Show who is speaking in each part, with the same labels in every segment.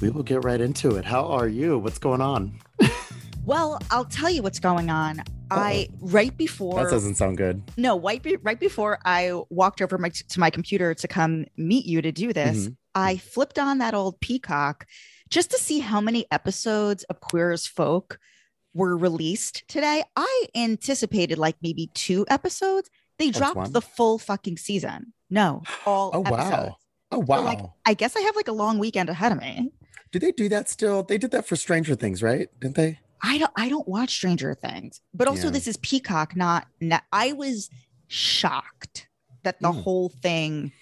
Speaker 1: We will get right into it. How are you? What's going on?
Speaker 2: Well, I'll tell you what's going on. I right before
Speaker 1: that doesn't sound good.
Speaker 2: no, right, be- right before I walked over my, to my computer to come meet you to do this,
Speaker 1: Mhm.
Speaker 2: I flipped on that old Peacock just to see how many episodes of Queer as Folk were released today. I anticipated like maybe two episodes. They
Speaker 1: That's
Speaker 2: dropped
Speaker 1: one.
Speaker 2: the full fucking season. No, all.
Speaker 1: Oh, wow.
Speaker 2: episodes.
Speaker 1: Oh
Speaker 2: So,
Speaker 1: wow.
Speaker 2: like, I guess I have like a long weekend ahead of me.
Speaker 1: do they do that still? They did that for Stranger Things, right? Didn't they?
Speaker 2: I don't I don't watch Stranger Things, but also
Speaker 1: Yeah.
Speaker 2: this is Peacock, not Net. I was shocked that the
Speaker 1: Mm.
Speaker 2: whole thing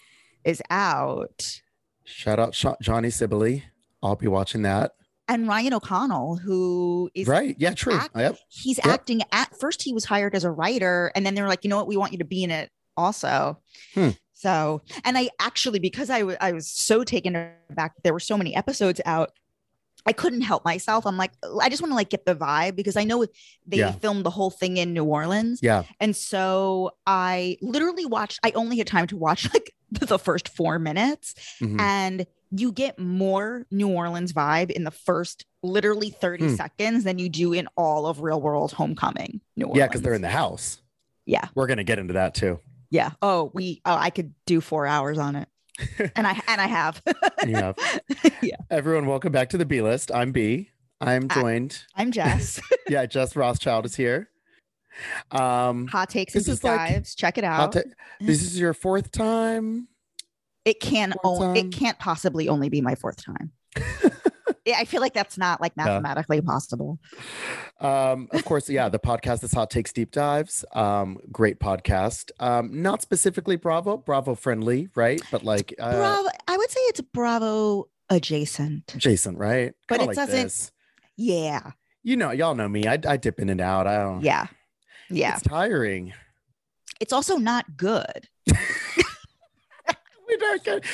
Speaker 2: is out.
Speaker 1: Shout out Sho- Johnny Sibley. I'll be watching that.
Speaker 2: And Ryan O'Connell, who is
Speaker 1: right. Yeah, true.
Speaker 2: act-
Speaker 1: Yep.
Speaker 2: he's
Speaker 1: Yep.
Speaker 2: acting at first he was hired as a writer, and then they were like, you know what, we want you to be in it also.
Speaker 1: Hmm.
Speaker 2: So, and I actually because I wa- I was so taken aback, there were so many episodes out. I couldn't help myself. I'm like, I just want to like get the vibe because I know they
Speaker 1: Yeah.
Speaker 2: filmed the whole thing in New Orleans.
Speaker 1: Yeah.
Speaker 2: And so I literally watched, I only had time to watch like the first four minutes.
Speaker 1: Mhm.
Speaker 2: And you get more New Orleans vibe in the first literally 30
Speaker 1: Hmm.
Speaker 2: seconds than you do in all of real world homecoming. New Orleans.
Speaker 1: Yeah, because they're in the house.
Speaker 2: Yeah.
Speaker 1: We're gonna get into that too.
Speaker 2: Yeah. Oh, we, oh, I could do four hours on it. and I, and I have.
Speaker 1: You have.
Speaker 2: yeah.
Speaker 1: Everyone, welcome back to the B list. I'm B. I'm
Speaker 2: Ah.
Speaker 1: joined.
Speaker 2: I'm Jess.
Speaker 1: yeah, Jess Rothschild is here. Um
Speaker 2: Hot takes and
Speaker 1: This is
Speaker 2: deep
Speaker 1: like-
Speaker 2: dives. Check it
Speaker 1: I'll
Speaker 2: out.
Speaker 1: ta- this is your fourth time.
Speaker 2: it can
Speaker 1: fourth
Speaker 2: only,
Speaker 1: time.
Speaker 2: it can't possibly only be my fourth time. yeah, I feel like that's not like mathematically possible.
Speaker 1: Um, of course, yeah, the podcast is Hot Takes Deep Dives. Um, great podcast. Um, not specifically Bravo, Bravo friendly, right? But like uh,
Speaker 2: Bravo. I would say it's Bravo adjacent.
Speaker 1: Jason, right?
Speaker 2: But
Speaker 1: Kinda
Speaker 2: it
Speaker 1: like
Speaker 2: doesn't-
Speaker 1: this.
Speaker 2: Yeah.
Speaker 1: You know, y'all know me. I, I dip in and out. I don't.
Speaker 2: Yeah. Yeah.
Speaker 1: It's tiring.
Speaker 2: It's also not good.
Speaker 1: We're not good.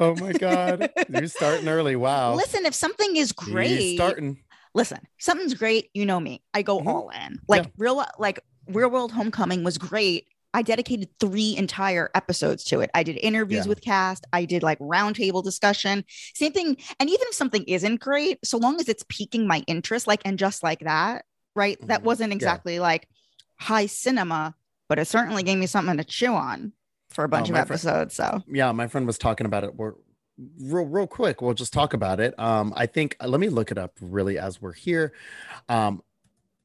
Speaker 1: Oh my god, you're starting early. Wow,
Speaker 2: Listen, if something is
Speaker 1: You're
Speaker 2: great,
Speaker 1: starting.
Speaker 2: listen, something's great, you know me. I go
Speaker 1: Mhm.
Speaker 2: all in. Like real like real world homecoming was great. I dedicated three entire episodes to it. I did interviews
Speaker 1: Yeah.
Speaker 2: with cast. I did like roundtable discussion. Same thing. And even if something isn't great, so long as it's piquing my interest, like and just like that, right? That
Speaker 1: Mhm.
Speaker 2: wasn't
Speaker 1: Yeah.
Speaker 2: exactly like high cinema, but it certainly gave me something to chew on for a bunch of
Speaker 1: my fri-
Speaker 2: episodes. So
Speaker 1: yeah, my friend was talking about it. We're real, real quick. We'll just talk about it. Um, I think let me look it up really as we're here. Um,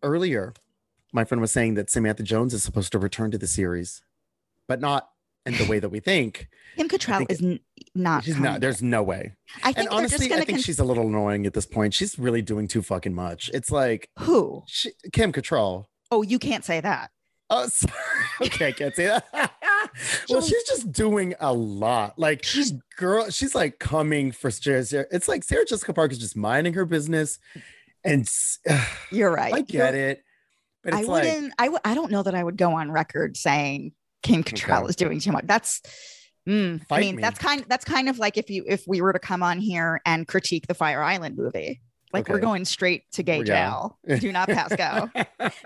Speaker 1: earlier, my friend was saying that Samantha Jones is supposed to return to the series, but not in the way that we think.
Speaker 2: Kim
Speaker 1: think
Speaker 2: Cattrall is
Speaker 1: it-
Speaker 2: n- not.
Speaker 1: She's
Speaker 2: coming
Speaker 1: not. There's
Speaker 2: back.
Speaker 1: no way.
Speaker 2: I think
Speaker 1: And
Speaker 2: they're
Speaker 1: honestly,
Speaker 2: just going
Speaker 1: I
Speaker 2: to.
Speaker 1: think she's a little annoying at this point. She's really doing too fucking much. It's like
Speaker 2: who?
Speaker 1: she, Kim Cattrall.
Speaker 2: Oh, you can't say that.
Speaker 1: Oh, sorry. Okay, I can't say that. well, she's just doing a lot. Like she's girl, she's like coming for Sarah. Sarah- It's like Sarah Jessica Parker is just minding her business, and s-
Speaker 2: You're right.
Speaker 1: I get it, but
Speaker 2: I
Speaker 1: it's like
Speaker 2: wouldn't. I w- I don't know that I would go on record saying Kim Cattrall
Speaker 1: Okay.
Speaker 2: is doing too much. That's. mm, I
Speaker 1: Fight
Speaker 2: mean,
Speaker 1: me.
Speaker 2: that's kind. That's kind of like if you if we were to come on here and critique the Fire Island movie. Like we're
Speaker 1: Okay.
Speaker 2: going straight to gay
Speaker 1: Yeah.
Speaker 2: jail. Do not pass go.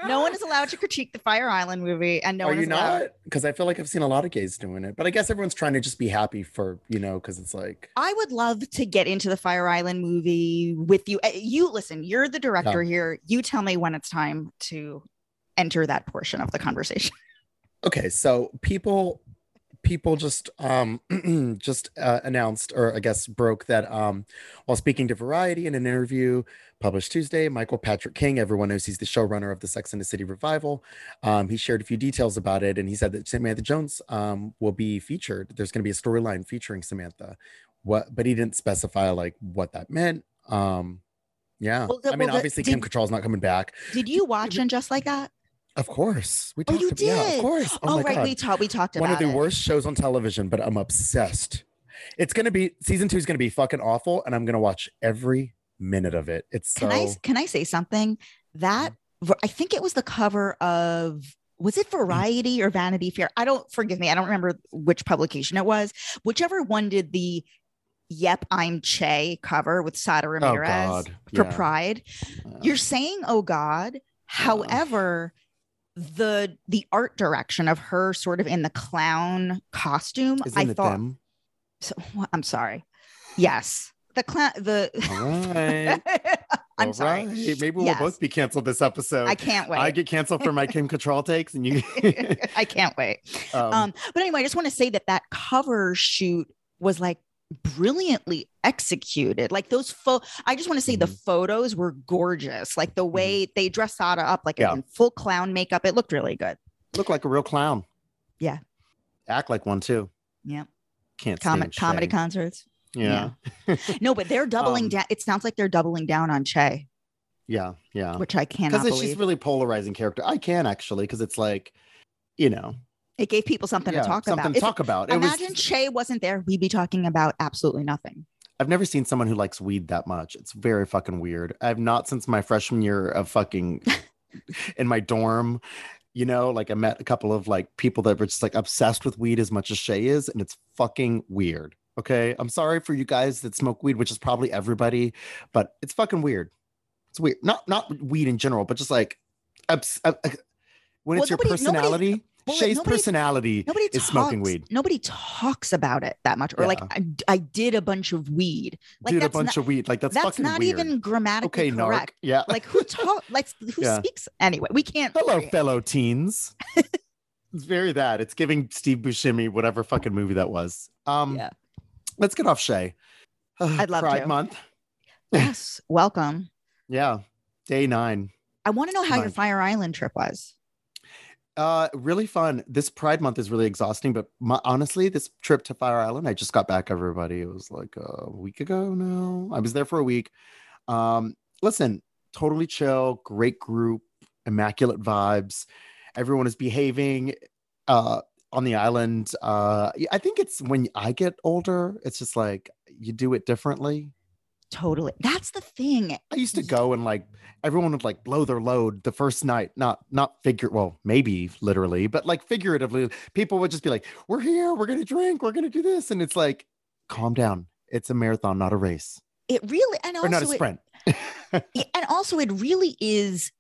Speaker 2: no one is allowed to critique the Fire Island movie, and no
Speaker 1: Are
Speaker 2: one
Speaker 1: you
Speaker 2: is allowed.
Speaker 1: not? Because I feel like I've seen a lot of gays doing it, but I guess everyone's trying to just be happy for you know, because it's like
Speaker 2: I would love to get into the Fire Island movie with you. Uh, You listen, you're the director here. You tell me when it's time to enter that portion of the conversation.
Speaker 1: okay, so people people just um just uh, announced or I guess broke that um while speaking to Variety in an interview published Tuesday, Michael Patrick King, everyone knows he's the showrunner of the Sex and the City revival. Um, he shared a few details about it and he said that Samantha Jones um will be featured. There's gonna be a storyline featuring Samantha. What but he didn't specify like what that meant. Um yeah,
Speaker 2: Well,
Speaker 1: I
Speaker 2: the-
Speaker 1: mean,
Speaker 2: well, the-
Speaker 1: obviously,
Speaker 2: did-
Speaker 1: Kim Cattrall's not coming back.
Speaker 2: Did you watch and just like that?
Speaker 1: Of course, we
Speaker 2: Oh, you
Speaker 1: about- yeah,
Speaker 2: did.
Speaker 1: of course.
Speaker 2: Oh,
Speaker 1: my
Speaker 2: right,
Speaker 1: God
Speaker 2: we talked. We talked about
Speaker 1: one of the
Speaker 2: it.
Speaker 1: worst shows on television, but I'm obsessed. It's gonna be season two is gonna be fucking awful, and I'm gonna watch every minute of it. It's so
Speaker 2: Can I can I say something? That
Speaker 1: Mm-hmm.
Speaker 2: I think it was the cover of was
Speaker 1: Mm.
Speaker 2: it Variety or Vanity Fair? I don't forgive me. I don't remember which publication it was. Whichever one did the "Yep, I'm Che" cover with Sada
Speaker 1: Oh,
Speaker 2: Ramirez
Speaker 1: God,
Speaker 2: for
Speaker 1: yeah.
Speaker 2: Pride. You're saying, "Oh God." However, the the art direction of her sort of in the clown costume,
Speaker 1: isn't
Speaker 2: I
Speaker 1: it
Speaker 2: thought.
Speaker 1: them?
Speaker 2: So, wha- I'm sorry. Yes, the clown. The
Speaker 1: All right.
Speaker 2: I'm
Speaker 1: All
Speaker 2: sorry.
Speaker 1: right. Maybe we'll
Speaker 2: Yes.
Speaker 1: both be canceled this episode.
Speaker 2: I can't wait.
Speaker 1: I get canceled for my Kim Cattrall takes, and you.
Speaker 2: I can't wait.
Speaker 1: um,
Speaker 2: Um, but anyway, I just want to say that that cover shoot was like brilliantly executed. Like those photo, I just want to say
Speaker 1: Mm-hmm.
Speaker 2: the photos were gorgeous. Like the way they dressed Sada up, like
Speaker 1: Yeah.
Speaker 2: in full clown makeup, it looked really good.
Speaker 1: look like a real clown.
Speaker 2: Yeah.
Speaker 1: Act like one too.
Speaker 2: Yeah,
Speaker 1: Can't
Speaker 2: Com-
Speaker 1: stand
Speaker 2: comedy
Speaker 1: Shay.
Speaker 2: concerts.
Speaker 1: yeah. yeah.
Speaker 2: No, but they're doubling
Speaker 1: Um,
Speaker 2: down. It sounds like they're doubling down on Che,
Speaker 1: Yeah. Yeah.
Speaker 2: which I cannot
Speaker 1: Because she's
Speaker 2: believe.
Speaker 1: really polarizing character. I can actually, because it's like, you know,
Speaker 2: it gave people something
Speaker 1: yeah,
Speaker 2: to talk
Speaker 1: something
Speaker 2: about.
Speaker 1: to
Speaker 2: If-
Speaker 1: talk about. It
Speaker 2: imagine
Speaker 1: was,
Speaker 2: Che wasn't there, we'd be talking about absolutely nothing.
Speaker 1: I've never seen someone who likes weed that much. It's very fucking weird. I've not since my freshman year of fucking in my dorm. You know, like I met a couple of like people that were just like obsessed with weed as much as Shay is, and it's fucking weird. Okay. I'm sorry for you guys that smoke weed, which is probably everybody, but it's fucking weird. It's weird. Not not weed in general, but just like obs- uh, uh, when
Speaker 2: Well,
Speaker 1: it's your
Speaker 2: nobody- nobody-
Speaker 1: personality.
Speaker 2: well,
Speaker 1: Shay's
Speaker 2: nobody-
Speaker 1: personality
Speaker 2: Nobody
Speaker 1: is
Speaker 2: talks,
Speaker 1: smoking weed.
Speaker 2: Nobody talks about it that much, or like
Speaker 1: Yeah.
Speaker 2: I, I did a bunch of weed. Like
Speaker 1: Dude, a
Speaker 2: that's
Speaker 1: bunch
Speaker 2: not,
Speaker 1: of weed. Like that's,
Speaker 2: that's,
Speaker 1: fucking
Speaker 2: not
Speaker 1: weird.
Speaker 2: even grammatically
Speaker 1: okay, narc.
Speaker 2: correct.
Speaker 1: Yeah.
Speaker 2: like who talk? Like who
Speaker 1: Yeah.
Speaker 2: speaks anyway? We can't.
Speaker 1: Hello, fellow teens. it's very that. It's giving Steve Buscemi whatever fucking movie that was. Um,
Speaker 2: Yeah.
Speaker 1: Let's get off Shay.
Speaker 2: I'd love
Speaker 1: Pride
Speaker 2: to.
Speaker 1: Month.
Speaker 2: yes, welcome.
Speaker 1: Yeah. Day nine.
Speaker 2: I want to know how your
Speaker 1: Mine.
Speaker 2: Fire Island trip was.
Speaker 1: Uh, really fun. This Pride Month is really exhausting, but my, honestly, this trip to Fire Island, I just got back. Everybody, it was like a week ago now. I was there for a week. Um, listen, totally chill, great group, immaculate vibes. Everyone is behaving uh, on the island. Uh, yeah, I think it's when I get older, it's just like you do it differently.
Speaker 2: Totally. That's the thing.
Speaker 1: I used to
Speaker 2: Mm-hmm.
Speaker 1: go and like everyone would like blow their load the first night, not not figure well, maybe literally, but like figuratively, people would just be like, We're here, we're gonna drink, we're gonna do this. And it's like, calm down. It's a marathon, not a race.
Speaker 2: It really and also
Speaker 1: or not a
Speaker 2: it-
Speaker 1: sprint.
Speaker 2: Yeah, and also it really is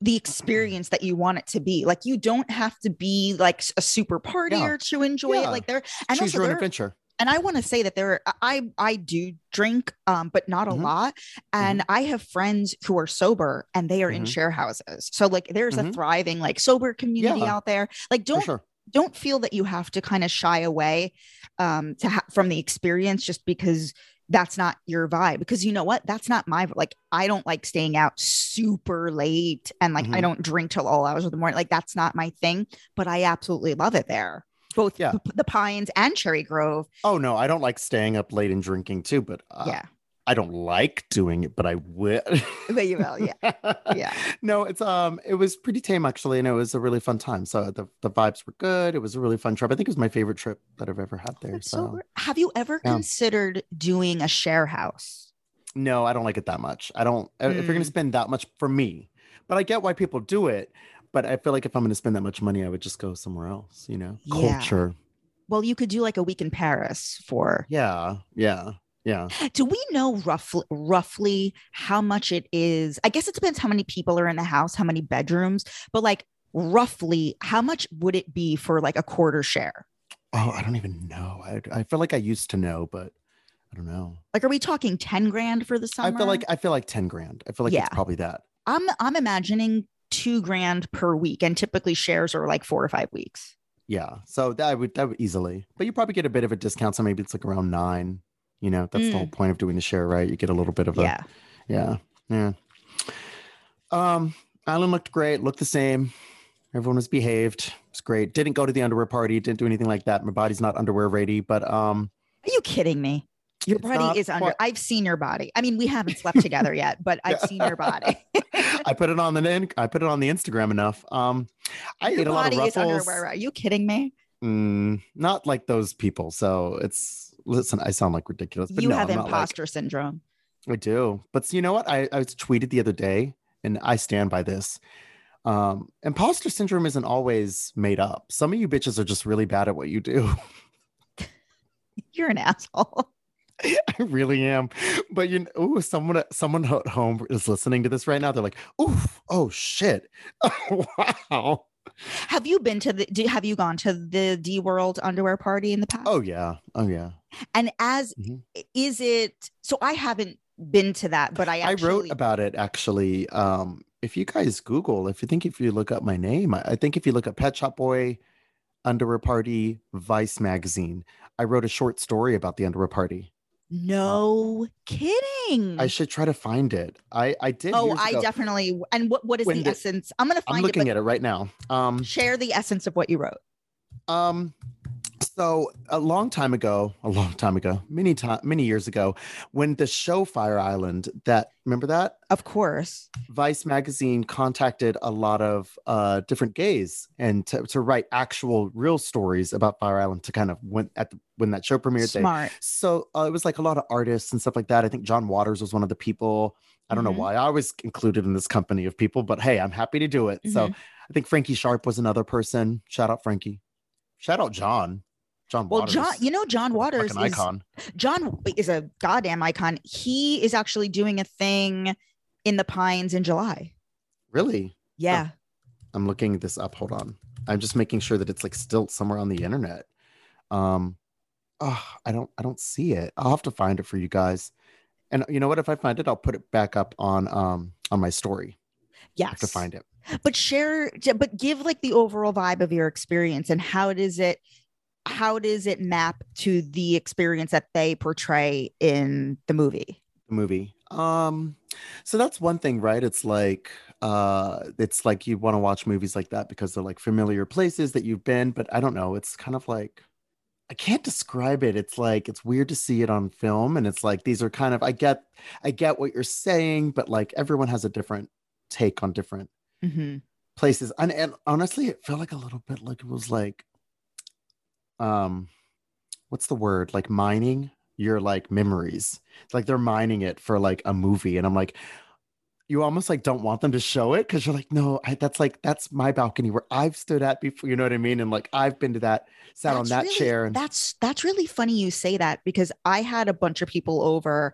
Speaker 2: the experience that you want it to be like you don't have to be like s- a super partier to enjoy
Speaker 1: Yeah.
Speaker 2: it like there and
Speaker 1: Choose
Speaker 2: also
Speaker 1: your own
Speaker 2: there
Speaker 1: adventure.
Speaker 2: and i want to say that there are, i i do drink um but not a
Speaker 1: Mhm.
Speaker 2: lot and
Speaker 1: Mm-hmm.
Speaker 2: i have friends who are sober and they are in
Speaker 1: Mhm.
Speaker 2: share houses so like there's a
Speaker 1: Mhm.
Speaker 2: thriving like sober community
Speaker 1: Yeah.
Speaker 2: out there like
Speaker 1: For
Speaker 2: don't
Speaker 1: sure.
Speaker 2: don't feel that you have to kind of shy away um to ha- from the experience just because that's not your vibe because you know what that's not my like i don't like staying out super late and like i
Speaker 1: Mhm.
Speaker 2: don't drink till all hours of the morning like that's not my thing but i absolutely love it there both
Speaker 1: Yeah.
Speaker 2: p- the pines and cherry grove
Speaker 1: Oh no, I don't like staying up late and drinking too, but uh,
Speaker 2: yeah
Speaker 1: I don't like doing it, but I will.
Speaker 2: but you will yeah yeah
Speaker 1: no it's um it was pretty tame actually and it was a really fun time so the, the vibes were good it was a really fun trip i think it was my favorite trip that i've ever had there
Speaker 2: Oh, That's
Speaker 1: so
Speaker 2: so weird. have you ever
Speaker 1: Yeah.
Speaker 2: considered doing a share house
Speaker 1: no i don't like it that much i don't I- if you're gonna
Speaker 2: Mm.
Speaker 1: spend that much for me but i get why people do it but i feel like if i'm gonna spend that much money i would just go somewhere else you know
Speaker 2: Yeah.
Speaker 1: culture
Speaker 2: well you could do like a week in paris for
Speaker 1: yeah yeah Yeah.
Speaker 2: Do we know roughly roughly how much it is? I guess it depends how many people are in the house, how many bedrooms, but like roughly how much would it be for like a quarter share?
Speaker 1: Oh, I don't even know. I, I feel like I used to know, but I don't know.
Speaker 2: Like are we talking 10 grand for the summer?
Speaker 1: I feel like I feel like 10 grand. I feel like
Speaker 2: Uh-huh. Yeah.
Speaker 1: it's probably that.
Speaker 2: I'm I'm imagining 2 grand per week and typically shares are like 4 or 5 weeks.
Speaker 1: Yeah. So that would that would easily. But you probably get a bit of a discount. So maybe it's like around nine. You know, that's the whole point of doing the share, right? You get a little bit of a
Speaker 2: Mm. Yeah.
Speaker 1: Yeah. Yeah. Um, Island looked great, looked the same. Everyone was behaved. It's great. Didn't go to the underwear party, didn't do anything like that. My body's not underwear ready, but um
Speaker 2: Are you kidding me? Your
Speaker 1: it's not
Speaker 2: body is under.
Speaker 1: quite-
Speaker 2: I've seen your body. I mean, we haven't slept together yet, but I've seen your body.
Speaker 1: I put it on the in- I put it on the Instagram enough. Um I
Speaker 2: your
Speaker 1: ate a lot
Speaker 2: body
Speaker 1: of
Speaker 2: is
Speaker 1: ruffles.
Speaker 2: underwear. Are you kidding me?
Speaker 1: Mm, not like those people. So it's listen, I sound like ridiculous, but
Speaker 2: You
Speaker 1: no,
Speaker 2: have
Speaker 1: I'm not like-
Speaker 2: imposter syndrome.
Speaker 1: I do. But you know what? I, I was tweeted the other day and I stand by this. Um, imposter syndrome isn't always made up. Some of you bitches are just really bad at what you do.
Speaker 2: You're an asshole.
Speaker 1: I really am. But you know, ooh, someone someone at home is listening to this right now. They're like, oof, oh shit. wow.
Speaker 2: Have you been to the? Do, have you gone to the D World underwear party in the past?
Speaker 1: Oh yeah. Oh yeah.
Speaker 2: and as
Speaker 1: Mhm.
Speaker 2: is it? So I haven't been to that, but I
Speaker 1: I
Speaker 2: actually,
Speaker 1: wrote about it actually. Um, if you guys Google, if you think if you look up my name, I, I think if you look up Pet Shop Boy Underwear Party Vice magazine, I wrote a short story about the underwear party.
Speaker 2: No kidding.
Speaker 1: Oh. I should try to find it. I I did.
Speaker 2: Mm. oh,
Speaker 1: years
Speaker 2: I
Speaker 1: ago.
Speaker 2: definitely. And what? What is
Speaker 1: When
Speaker 2: the
Speaker 1: did-
Speaker 2: essence? I'm gonna
Speaker 1: I'm
Speaker 2: find it.
Speaker 1: looking
Speaker 2: But
Speaker 1: at it right now. Um,
Speaker 2: share the essence of what you wrote.
Speaker 1: Um, so a long time ago, a long time ago, many time, many years ago, when the show Fire Island, that remember that
Speaker 2: Of course.
Speaker 1: Vice magazine contacted a lot of uh, different gays and to, to write actual real stories about Fire Island to kind of when at the, when that show premiered. they-
Speaker 2: Smart.
Speaker 1: so uh, it was like a lot of artists and stuff like that. I think John Waters was one of the people. I don't
Speaker 2: Mhm.
Speaker 1: know why I was included in this company of people, but hey, I'm happy to do it. So
Speaker 2: Mm-hmm.
Speaker 1: I think Frankie Sharp was another person. Shout out Frankie. Shout out John. John
Speaker 2: Well,
Speaker 1: Waters.
Speaker 2: John, you know John Waters
Speaker 1: Fucking
Speaker 2: is
Speaker 1: icon.
Speaker 2: John is a goddamn icon. He is actually doing a thing in the Pines in July.
Speaker 1: Really?
Speaker 2: Yeah.
Speaker 1: I'm looking this up. Hold on. I'm just making sure that it's like still somewhere on the internet. Um, oh, I don't, I don't see it. I'll have to find it for you guys. And you know what? If I find it, I'll put it back up on um on my story.
Speaker 2: Yes.
Speaker 1: I have to find it.
Speaker 2: but share j- but give like the overall vibe of your experience and how does it how does it map to the experience that they portray in the movie
Speaker 1: the movie. Um, so that's one thing, right? It's like uh it's like you want to watch movies like that because they're like familiar places that you've been, but I don't know, it's kind of like I can't describe it. It's like it's weird to see it on film and it's like these are kind of I get I get what you're saying, but like everyone has a different take on different places and, and honestly it felt like a little bit like it was like um what's the word like mining your like memories it's like they're mining it for like a movie and i'm like you almost like don't want them to show it because you're like no I, that's like that's my balcony where i've stood at before you know what i mean and like i've been to that sat on
Speaker 2: That's
Speaker 1: that
Speaker 2: really-
Speaker 1: chair and
Speaker 2: that's that's really funny you say that because i had a bunch of people over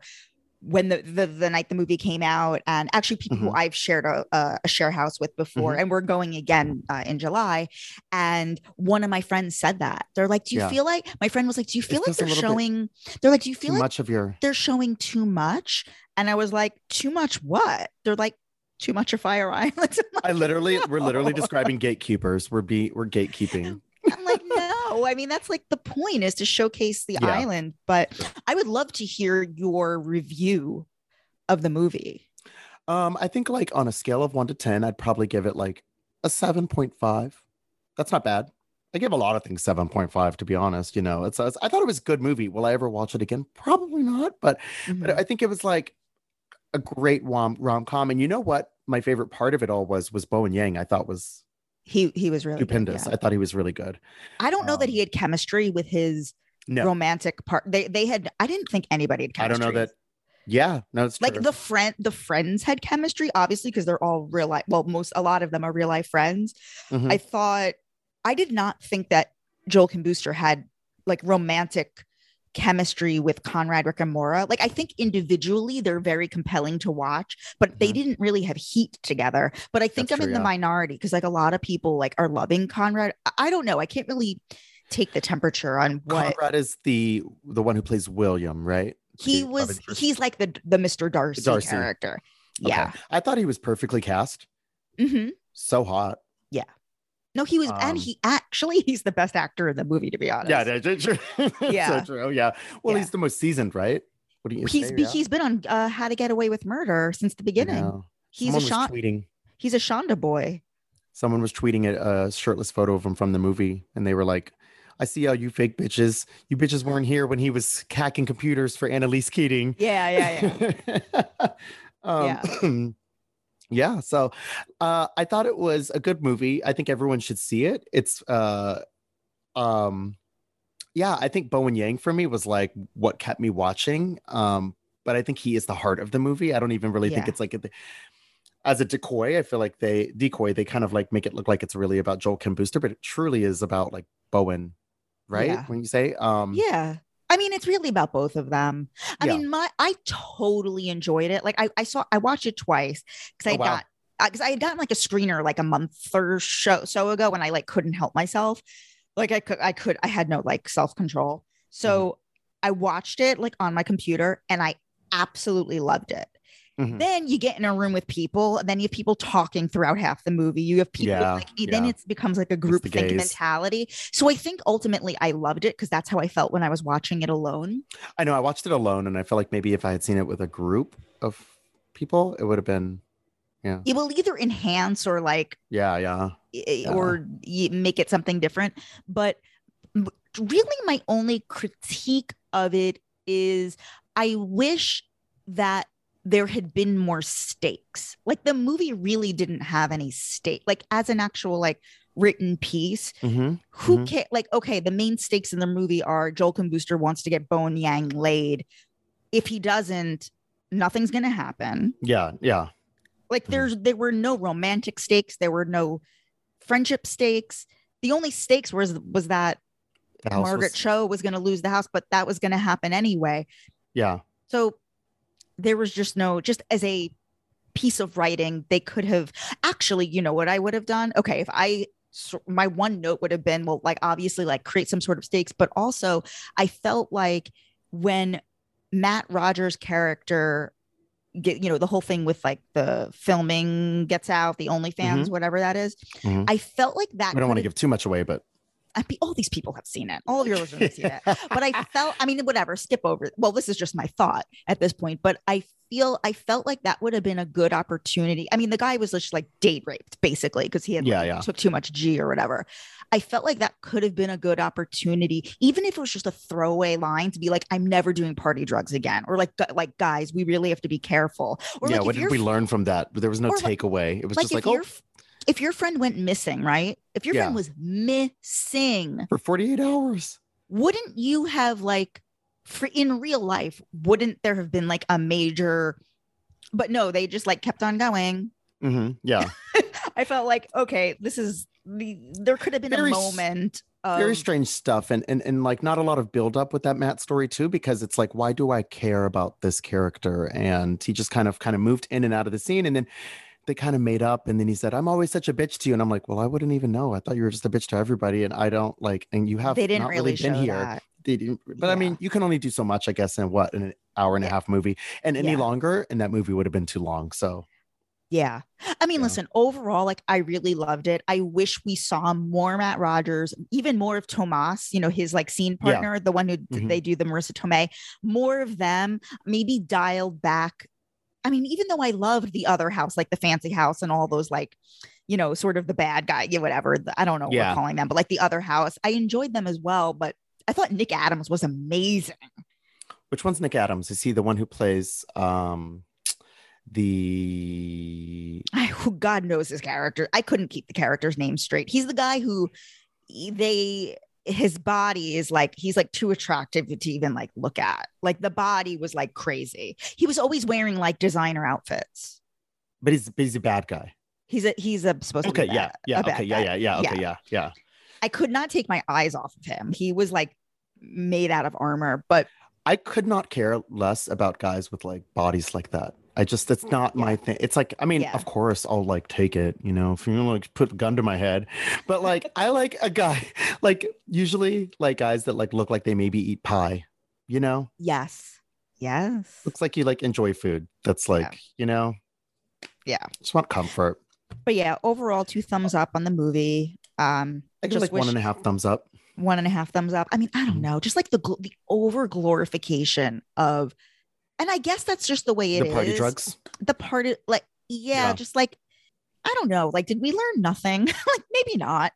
Speaker 2: when the the, the night the movie came out and actually people
Speaker 1: Mm-hmm.
Speaker 2: who i've shared a, a, a share house with before and we're going again uh, in july and one of my friends said that they're like do you
Speaker 1: Yeah.
Speaker 2: feel like my friend was like do you feel like
Speaker 1: just a
Speaker 2: they're
Speaker 1: little bit
Speaker 2: showing they're like do you
Speaker 1: too
Speaker 2: feel like
Speaker 1: much of your
Speaker 2: they're showing too much. And I was like, too much what? They're like, too much of Fire Island. I'm
Speaker 1: i
Speaker 2: like,
Speaker 1: literally we're literally
Speaker 2: no.
Speaker 1: describing gatekeepers we're be we're gatekeeping
Speaker 2: I'm like, no. I mean, that's like the point is to showcase the
Speaker 1: Yeah.
Speaker 2: island. But I would love to hear your review of the movie.
Speaker 1: Um, I think like on a scale of one to ten, I'd probably give it like a seven point five. That's not bad. I give a lot of things seven point five to be honest. You know, it's, it's I thought it was a good movie. Will I ever watch it again? Probably not. But but
Speaker 2: Mm-hmm. Hmm.
Speaker 1: I think it was like a great rom rom com. And you know what? My favorite part of it all was was Bo and Yang. I thought was
Speaker 2: He he was really good,
Speaker 1: stupendous.
Speaker 2: Oh, yeah.
Speaker 1: I thought he was really good.
Speaker 2: I don't know that
Speaker 1: um,
Speaker 2: he had chemistry with his
Speaker 1: No,
Speaker 2: romantic part. They they had I didn't think anybody had
Speaker 1: I don't
Speaker 2: chemistry.
Speaker 1: know that. Yeah, no, it's
Speaker 2: like
Speaker 1: true.
Speaker 2: the friend the friends had chemistry, obviously, because they're all real life. Well, most a lot of them are real life friends.
Speaker 1: Mhm.
Speaker 2: I thought I did not think that Joel Kim Booster had like romantic chemistry with Conrad Rickamora. Like I think individually they're very compelling to watch, but they
Speaker 1: Mhm.
Speaker 2: didn't really have heat together. But I think
Speaker 1: That's
Speaker 2: I'm in
Speaker 1: true,
Speaker 2: the
Speaker 1: yeah.
Speaker 2: minority because like a lot of people like are loving Conrad. I- I don't know. I can't really take the temperature on what
Speaker 1: Conrad is the the one who plays William, right?
Speaker 2: he
Speaker 1: the
Speaker 2: was.
Speaker 1: Avenger.
Speaker 2: He's like the the Mr. Darcy,
Speaker 1: Darcy.
Speaker 2: character.
Speaker 1: Okay.
Speaker 2: Yeah.
Speaker 1: I thought he was perfectly cast.
Speaker 2: hmm
Speaker 1: So hot.
Speaker 2: No, he was,
Speaker 1: Um,
Speaker 2: and he actually he's the best actor in the movie. To be honest,
Speaker 1: Yeah, that's that's true. That's
Speaker 2: Yeah.
Speaker 1: so true. Yeah. Well,
Speaker 2: Yeah.
Speaker 1: he's the most seasoned, right? What do you
Speaker 2: he's
Speaker 1: say,
Speaker 2: be-
Speaker 1: yeah?
Speaker 2: he's been on uh, How to Get Away with Murder since the
Speaker 1: I
Speaker 2: beginning.
Speaker 1: know.
Speaker 2: He's
Speaker 1: Someone
Speaker 2: a
Speaker 1: was
Speaker 2: Shon-
Speaker 1: tweeting.
Speaker 2: he's a Shonda boy.
Speaker 1: Someone was tweeting a, a shirtless photo of him from the movie, and they were like, "I see how you fake bitches. You bitches weren't here when he was hacking computers for Annalise Keating."
Speaker 2: Yeah,
Speaker 1: yeah. um, yeah. So uh, I thought it was a good movie. I think everyone should see it. It's, uh, um, yeah, I think Bowen Yang for me was like what kept me watching. Um, but I think he is the heart of the movie. I don't even really think
Speaker 2: Yeah.
Speaker 1: it's like a, as a decoy. I feel like they decoy. They kind of like make it look like it's really about Joel Kim Booster, but it truly is about like Bowen, right?
Speaker 2: Yeah.
Speaker 1: When you say, um,
Speaker 2: Yeah. I mean, it's really about both of them. I
Speaker 1: Yeah.
Speaker 2: mean, my I totally enjoyed it. Like I, I saw I watched it twice because I
Speaker 1: Oh, wow.
Speaker 2: got because I had gotten like a screener like a month or so, so ago and I like couldn't help myself. Like I could I could I had no like self-control. So
Speaker 1: Mm-hmm.
Speaker 2: I watched it like on my computer and I absolutely loved it.
Speaker 1: Mhm.
Speaker 2: Then you get in a room with people, and then you have people talking throughout half the movie. You have people
Speaker 1: Yeah,
Speaker 2: like then
Speaker 1: yeah.
Speaker 2: it becomes like a group
Speaker 1: the
Speaker 2: think
Speaker 1: gaze.
Speaker 2: mentality. So I think ultimately I loved it because that's how I felt when I was watching it alone.
Speaker 1: I know I watched it alone, and I feel like maybe if I had seen it with a group of people, it would have been
Speaker 2: It will either enhance or like
Speaker 1: yeah, yeah.
Speaker 2: i- or y- make it something different. But m- really, my only critique of it is I wish that there had been more stakes. Like the movie really didn't have any stake. Like as an actual like written piece,
Speaker 1: Mm-hmm.
Speaker 2: who
Speaker 1: Mhm.
Speaker 2: care like okay the main stakes in the movie are joel Booster wants to get bone yang laid if he doesn't nothing's gonna happen
Speaker 1: Yeah, yeah.
Speaker 2: like
Speaker 1: Mhm.
Speaker 2: there's there were no romantic stakes there were no friendship stakes the only stakes was was that
Speaker 1: The house
Speaker 2: margaret
Speaker 1: was-
Speaker 2: cho was gonna lose the house but that was gonna happen anyway
Speaker 1: yeah,
Speaker 2: so there was just no, just as a piece of writing, they could have actually, you know what I would have done? Okay, if I, s- my one note would have been, well, like obviously, like create some sort of stakes, but also I felt like when Matt Rogers' character, get, you know, the whole thing with like the filming gets out, the OnlyFans, whatever that is,
Speaker 1: Mhm.
Speaker 2: I felt like that.
Speaker 1: we Mm-hmm. don't
Speaker 2: could
Speaker 1: want to
Speaker 2: have-
Speaker 1: give too much away, but
Speaker 2: I mean, all these people have seen it. All of your listeners have seen it but I felt, I mean, whatever, skip over. Well, this is just my thought at this point, but I feel, I felt like that would have been a good opportunity. I mean, the guy was just like date raped basically because he had like,
Speaker 1: yeah, yeah.
Speaker 2: took too much G or whatever. I felt like that could have been a good opportunity, even if it was just a throwaway line to be like, I'm never doing party drugs again. Or like, gu- like guys, we really have to be careful. Or
Speaker 1: yeah,
Speaker 2: like,
Speaker 1: what did
Speaker 2: if your
Speaker 1: we
Speaker 2: f-
Speaker 1: learn from that? There was no
Speaker 2: or like-
Speaker 1: takeaway. It was
Speaker 2: Like,
Speaker 1: just
Speaker 2: if,
Speaker 1: like,
Speaker 2: your,
Speaker 1: oh,
Speaker 2: f- if your friend went missing, right? If your
Speaker 1: Yeah.
Speaker 2: friend was missing,
Speaker 1: for 48 hours.
Speaker 2: wouldn't you have like for in real life wouldn't there have been like a major but no they just like kept on going
Speaker 1: hmm Yeah,
Speaker 2: i felt like okay this is the there could have been
Speaker 1: Very
Speaker 2: a
Speaker 1: s-
Speaker 2: moment of,
Speaker 1: very strange stuff, and and and like not a lot of build up with that Matt story too, because it's like, why do I care about this character? And he just kind of kind of moved in and out of the scene, and then they kind of made up and then he said i'm always such a bitch to you and i'm like well i wouldn't even know i thought you were just a bitch to everybody and i don't like and you have
Speaker 2: they didn't
Speaker 1: not
Speaker 2: really, show
Speaker 1: been here
Speaker 2: that
Speaker 1: They didn't- but i
Speaker 2: Yeah.
Speaker 1: mean you can only do so much i guess in what in an hour and a
Speaker 2: Yeah.
Speaker 1: half movie and any
Speaker 2: Yeah.
Speaker 1: longer and that movie would have been too long so
Speaker 2: yeah i mean
Speaker 1: Yeah.
Speaker 2: listen overall like i really loved it i wish we saw more matt rogers even more of tomas you know his like scene
Speaker 1: Yeah.
Speaker 2: partner the one who d-
Speaker 1: Mhm.
Speaker 2: they do the marissa tomei more of them maybe dialed back i mean even though i loved the other house like the fancy house and all those like you know sort of the bad guy yeah whatever the- i don't know what
Speaker 1: Yeah.
Speaker 2: we're calling them but like the other house i enjoyed them as well but i thought nick adams was amazing
Speaker 1: which one's nick adams is he the one who plays um the
Speaker 2: I, who God knows his character. I couldn't keep the character's name straight. He's the guy who e, they his body is like he's like too attractive to even like look at. Like the body was like crazy. He was always wearing like designer outfits.
Speaker 1: but he's, but he's a bad guy
Speaker 2: He's a he's a supposed
Speaker 1: okay
Speaker 2: to be
Speaker 1: yeah
Speaker 2: bad-
Speaker 1: yeah
Speaker 2: a bad
Speaker 1: okay yeah yeah
Speaker 2: guy.
Speaker 1: yeah
Speaker 2: Yeah.
Speaker 1: okay yeah yeah
Speaker 2: I could not take my eyes off of him. He was like made out of armor, but
Speaker 1: I could not care less about guys with like bodies like that. I just it's not my thing. It's like I mean,
Speaker 2: Yeah.
Speaker 1: of course I'll like take it, you know, if you like put a gun to my head. But like I like a guy like usually like guys that like look like they maybe eat pie, you know?
Speaker 2: yes, yes.
Speaker 1: Looks like you like enjoy food. That's like, you know.
Speaker 2: Yeah.
Speaker 1: Just want comfort.
Speaker 2: But yeah, overall, two thumbs up on the movie. Um,
Speaker 1: I give it, like
Speaker 2: just wish-
Speaker 1: one and a half thumbs up.
Speaker 2: one and a half thumbs up. I mean, I
Speaker 1: Mm.
Speaker 2: don't know, just like the gl- the over glorification of, and I guess that's just the way it is.
Speaker 1: the party drugs.
Speaker 2: The party, like, yeah,
Speaker 1: Yeah.
Speaker 2: just like, I don't know, like, did we learn nothing? like, maybe not.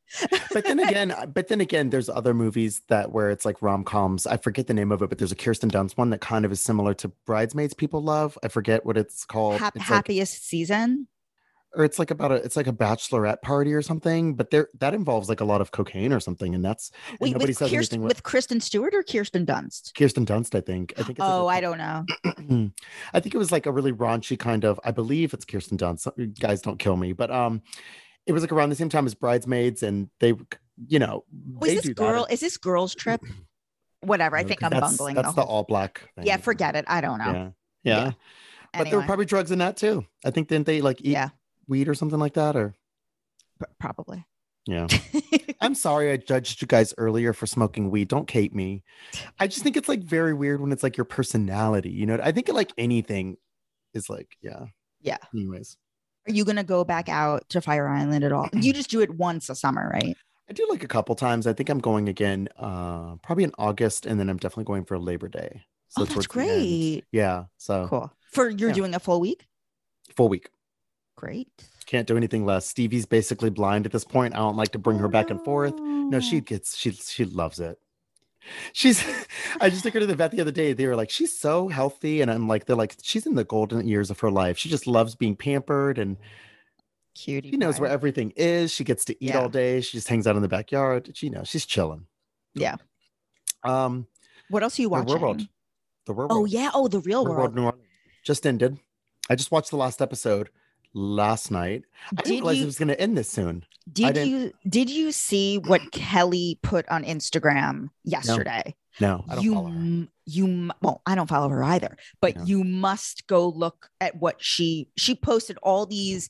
Speaker 1: But then again, but then again, there's other movies that where it's like rom coms. I forget the name of it, but there's a Kirsten Dunst one that kind of is similar to Bridesmaids. People love. I forget what it's called.
Speaker 2: Hap-
Speaker 1: it's like-
Speaker 2: happiest season.
Speaker 1: or it's like about a it's like a bachelorette party or something. But there that involves like a lot of cocaine or something, and that's and
Speaker 2: Wait,
Speaker 1: nobody
Speaker 2: with,
Speaker 1: says
Speaker 2: Kirsten,
Speaker 1: anything.
Speaker 2: with Kristen Stewart or Kirsten Dunst?
Speaker 1: Kirsten Dunst, I think. I think. It's
Speaker 2: Oh, I don't know.
Speaker 1: don't. I think it was like a really raunchy kind of. I believe it's Kirsten Dunst. You Guys, don't kill me. But um, it was like around the same time as Bridesmaids, and they, you know,
Speaker 2: Was
Speaker 1: they
Speaker 2: this
Speaker 1: do
Speaker 2: girl?
Speaker 1: That.
Speaker 2: Is this girls trip? Whatever. I
Speaker 1: No,
Speaker 2: think
Speaker 1: 'cause
Speaker 2: I'm
Speaker 1: that's-
Speaker 2: bungling
Speaker 1: That's
Speaker 2: the
Speaker 1: the,
Speaker 2: whole.
Speaker 1: all black. Thing.
Speaker 2: yeah, forget it. I don't know.
Speaker 1: Yeah. Yeah.
Speaker 2: Yeah.
Speaker 1: But there were
Speaker 2: Anyway,
Speaker 1: probably e drugs in that too. I think didn't they like eat
Speaker 2: Yeah.
Speaker 1: weed or something like that? Or
Speaker 2: pr- probably.
Speaker 1: yeah. I'm sorry I judged you guys earlier for smoking weed. Don't hate me. I just think it's like very weird when it's like your personality. You know, I think like anything is like, yeah.
Speaker 2: Yeah.
Speaker 1: Anyways.
Speaker 2: Are you gonna go back out to Fire Island at all? You just do it once a summer, right?
Speaker 1: I do like a couple times. I think I'm going again uh probably in August and then I'm definitely going for Labor Day.
Speaker 2: oh, that's
Speaker 1: towards the end.
Speaker 2: great.
Speaker 1: Yeah. So
Speaker 2: Cool. For you're
Speaker 1: Yeah.
Speaker 2: doing a full week.
Speaker 1: full week.
Speaker 2: Great.
Speaker 1: Can't do anything less. Stevie's basically blind at this point. I don't like to bring her back and forth. No,
Speaker 2: Oh.
Speaker 1: she gets she she loves it. She's I just took her to the vet the other day. They were like, She's so healthy. And I'm like, they're like, she's in the golden years of her life. She just loves being pampered and
Speaker 2: cutie.
Speaker 1: she knows where
Speaker 2: pie.
Speaker 1: everything is. She gets to eat
Speaker 2: Yeah.
Speaker 1: all day. She just hangs out in the backyard. She you know, she's chilling.
Speaker 2: Yeah.
Speaker 1: Um
Speaker 2: What else are you
Speaker 1: the
Speaker 2: watching?
Speaker 1: world. The world.
Speaker 2: Oh yeah. Oh, the
Speaker 1: Real
Speaker 2: real world.
Speaker 1: World New Orleans just ended. I just watched the last episode last night. I didn't
Speaker 2: Did
Speaker 1: realize
Speaker 2: you-
Speaker 1: it was gonna end this soon.
Speaker 2: Did
Speaker 1: didn't-
Speaker 2: you did you see what Kelly put on Instagram yesterday?
Speaker 1: No, I don't
Speaker 2: you
Speaker 1: follow her.
Speaker 2: m- you m- well, I don't follow her either, but
Speaker 1: Yeah.
Speaker 2: you must go look at what she she posted all these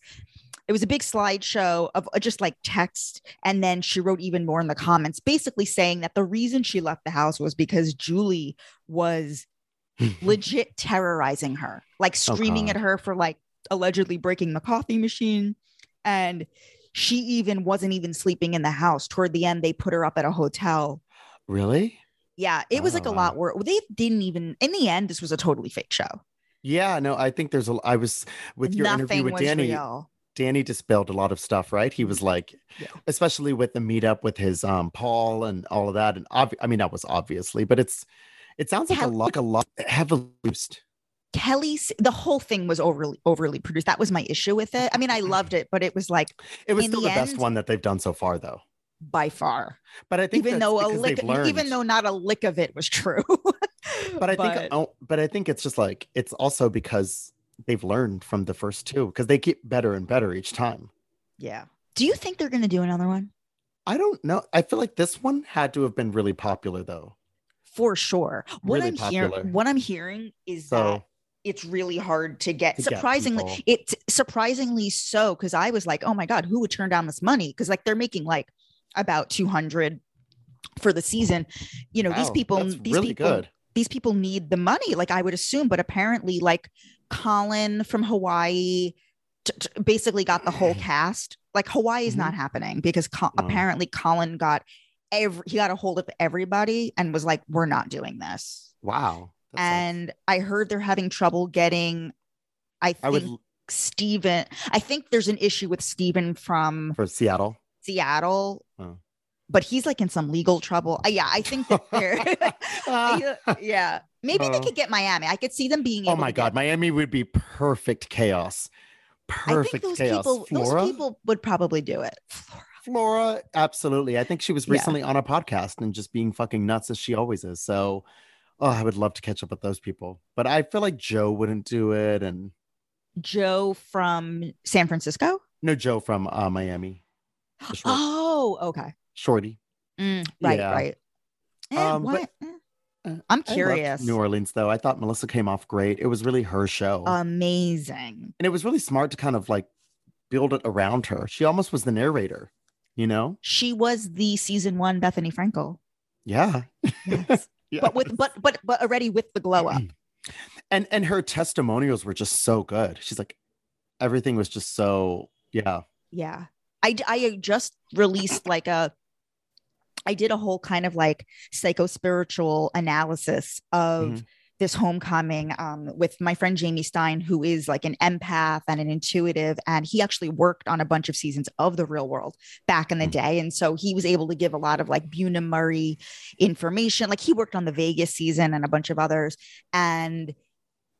Speaker 2: it was a big slideshow of uh, just like text and then she wrote even more in the comments basically saying that the reason she left the house was because Julie was legit terrorizing her, like screaming
Speaker 1: Oh, God.
Speaker 2: at her for like allegedly breaking the coffee machine. And she even wasn't even sleeping in the house. Toward the end, they put her up at a hotel.
Speaker 1: really?
Speaker 2: Yeah, it was like a
Speaker 1: Oh,
Speaker 2: lot
Speaker 1: wow.
Speaker 2: worse. They didn't even, in the end, this was a totally fake show.
Speaker 1: Yeah, no, I think there's a. I was with your
Speaker 2: Nothing
Speaker 1: interview with
Speaker 2: was
Speaker 1: Danny.
Speaker 2: real. Mm-hmm.
Speaker 1: Danny dispelled a lot of stuff, right? He was like,
Speaker 2: Yeah.
Speaker 1: especially with the meetup with his um Paul and all of that, and obvi- I mean that was obviously, but it's it sounds like a
Speaker 2: Hell-
Speaker 1: lot, like a lot heavily used.
Speaker 2: Kelly, s- the whole thing was overly overly produced. That was my issue with it. I mean, I loved it, but it was like
Speaker 1: It was
Speaker 2: In
Speaker 1: still
Speaker 2: the
Speaker 1: the, best
Speaker 2: end-
Speaker 1: one that they've done so far, though.
Speaker 2: by far,
Speaker 1: But I think
Speaker 2: even
Speaker 1: that's
Speaker 2: though a
Speaker 1: because
Speaker 2: lick,
Speaker 1: they've learned.
Speaker 2: even though not a lick of it was true.
Speaker 1: but I think, oh, but I think it's just like it's also because they've learned from the first two because they get better and better each time.
Speaker 2: yeah. Do you think they're going to do another one?
Speaker 1: I don't know. I feel like this one had to have been really popular though.
Speaker 2: for sure. What
Speaker 1: Really
Speaker 2: I'm hearing,
Speaker 1: popular.
Speaker 2: what I'm hearing is that
Speaker 1: So
Speaker 2: it's really hard to get.
Speaker 1: To get
Speaker 2: surprisingly,
Speaker 1: people.
Speaker 2: it's surprisingly so because I was like, oh my god, who would turn down this money? Because like they're making like about 200 for the season. You know, these
Speaker 1: wow,
Speaker 2: people,
Speaker 1: oh, that's
Speaker 2: these
Speaker 1: really
Speaker 2: people,
Speaker 1: good.
Speaker 2: these people need the money. Like I would assume, but apparently, like Colin from Hawaii. t- t- basically got the
Speaker 1: Mm.
Speaker 2: whole cast like hawaii is
Speaker 1: Mhm.
Speaker 2: not happening because Co-
Speaker 1: Wow.
Speaker 2: apparently colin got every he got a hold of everybody and was like we're not doing this
Speaker 1: Wow. that sucks.
Speaker 2: and i heard they're having trouble getting i think
Speaker 1: I would
Speaker 2: steven i think there's an issue with steven from
Speaker 1: for Seattle.
Speaker 2: seattle
Speaker 1: Oh.
Speaker 2: but he's like in some legal trouble Uh, yeah i think that they're
Speaker 1: Ah.
Speaker 2: yeah maybe they
Speaker 1: Oh.
Speaker 2: could get miami i could see them being
Speaker 1: oh
Speaker 2: able
Speaker 1: my
Speaker 2: to get-
Speaker 1: God, Miami would be perfect chaos.
Speaker 2: i think
Speaker 1: Perfect
Speaker 2: those
Speaker 1: chaos.
Speaker 2: people
Speaker 1: Flora,
Speaker 2: those people would probably do it Flora.
Speaker 1: Flora, absolutely. I think she was
Speaker 2: Yeah.
Speaker 1: recently on a podcast and just being fucking nuts as she always is. So, oh, I would love to catch up with those people, but I feel like Joe wouldn't do it, and
Speaker 2: joe from san francisco
Speaker 1: no, Joe from uh, Miami, The short-
Speaker 2: oh okay
Speaker 1: Shorty.
Speaker 2: Mm, right
Speaker 1: Yeah.
Speaker 2: right Eh,
Speaker 1: Um, but-
Speaker 2: what? Eh,
Speaker 1: Uh,
Speaker 2: I'm
Speaker 1: I loved
Speaker 2: curious.
Speaker 1: New Orleans, though. I thought Melissa came off great. It was really her show.
Speaker 2: Um Amazing.
Speaker 1: and it was really smart to kind of like build it around her. She almost was the narrator, you know?
Speaker 2: She was the season one Bethany Frankel,
Speaker 1: Yeah.
Speaker 2: Yes.
Speaker 1: yeah.
Speaker 2: but with but but but already with the glow
Speaker 1: Mm-hmm.
Speaker 2: up.
Speaker 1: and and her testimonials were just so good. She's like everything was just so yeah.
Speaker 2: Yeah. I d- I just released like a I did a whole kind of like psycho spiritual analysis of
Speaker 1: Mhm.
Speaker 2: this homecoming um, with my friend Jamie Stein, who is like an empath and an intuitive. And he actually worked on a bunch of seasons of The Real World back in the
Speaker 1: Mhm.
Speaker 2: day. And so he was able to give a lot of like Buna Murray information. Like he worked on the Vegas season and a bunch of others. And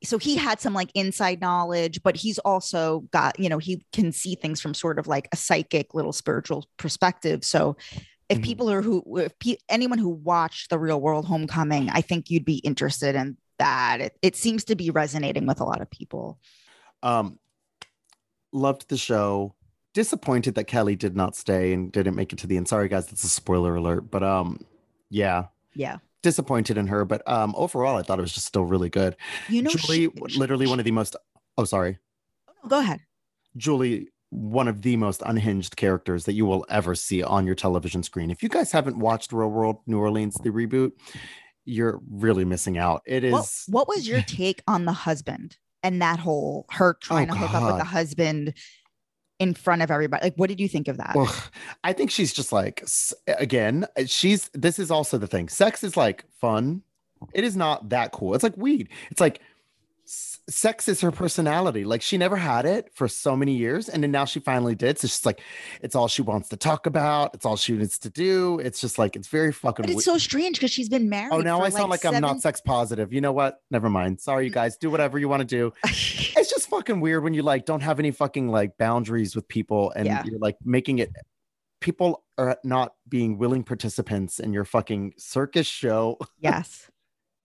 Speaker 2: so he had some like inside knowledge, but he's also got, you know, he can see things from sort of like a psychic little spiritual perspective. So if
Speaker 1: Mhm.
Speaker 2: people are who, if pe- anyone who watched the real world homecoming, I think you'd be interested in that. It, it seems to be resonating with a lot of people.
Speaker 1: Um loved the show. Disappointed that Kelly did not stay and didn't make it to the end. Sorry guys, that's a spoiler alert, but um yeah,
Speaker 2: Yeah.
Speaker 1: disappointed in her, but um overall I thought it was just still really good.
Speaker 2: You know,
Speaker 1: Julie
Speaker 2: she-
Speaker 1: w-
Speaker 2: she-
Speaker 1: literally one of the most Oh, sorry.
Speaker 2: go ahead.
Speaker 1: Julie, one of the most unhinged characters that you will ever see on your television screen. If you guys haven't watched Real World New Orleans, the reboot, you're really missing out. It is.
Speaker 2: What, what was your take on the husband and that whole her trying to hook up with the
Speaker 1: Oh, God.
Speaker 2: husband in front of everybody? Like, what did you think of that?
Speaker 1: Ugh. I think she's just like s- again, she's this is also the thing. Sex is like fun. It is not that cool. It's like weed. It's like s- sex is her personality. Like she never had it for so many years and then now she finally did. So she's like it's all she wants to talk about. It's all she needs to do. It's just like it's very fucking
Speaker 2: but
Speaker 1: we-
Speaker 2: it's so strange because she's been married.
Speaker 1: Oh, now
Speaker 2: for
Speaker 1: I sound like I'm not
Speaker 2: seven-
Speaker 1: sex positive. You know what? Never mind. Sorry, you guys. Do whatever you want to do. It's just fucking weird when you like don't have any fucking like boundaries with people and
Speaker 2: Yeah.
Speaker 1: you're like making it. People are not being willing participants in your fucking circus show.
Speaker 2: yes.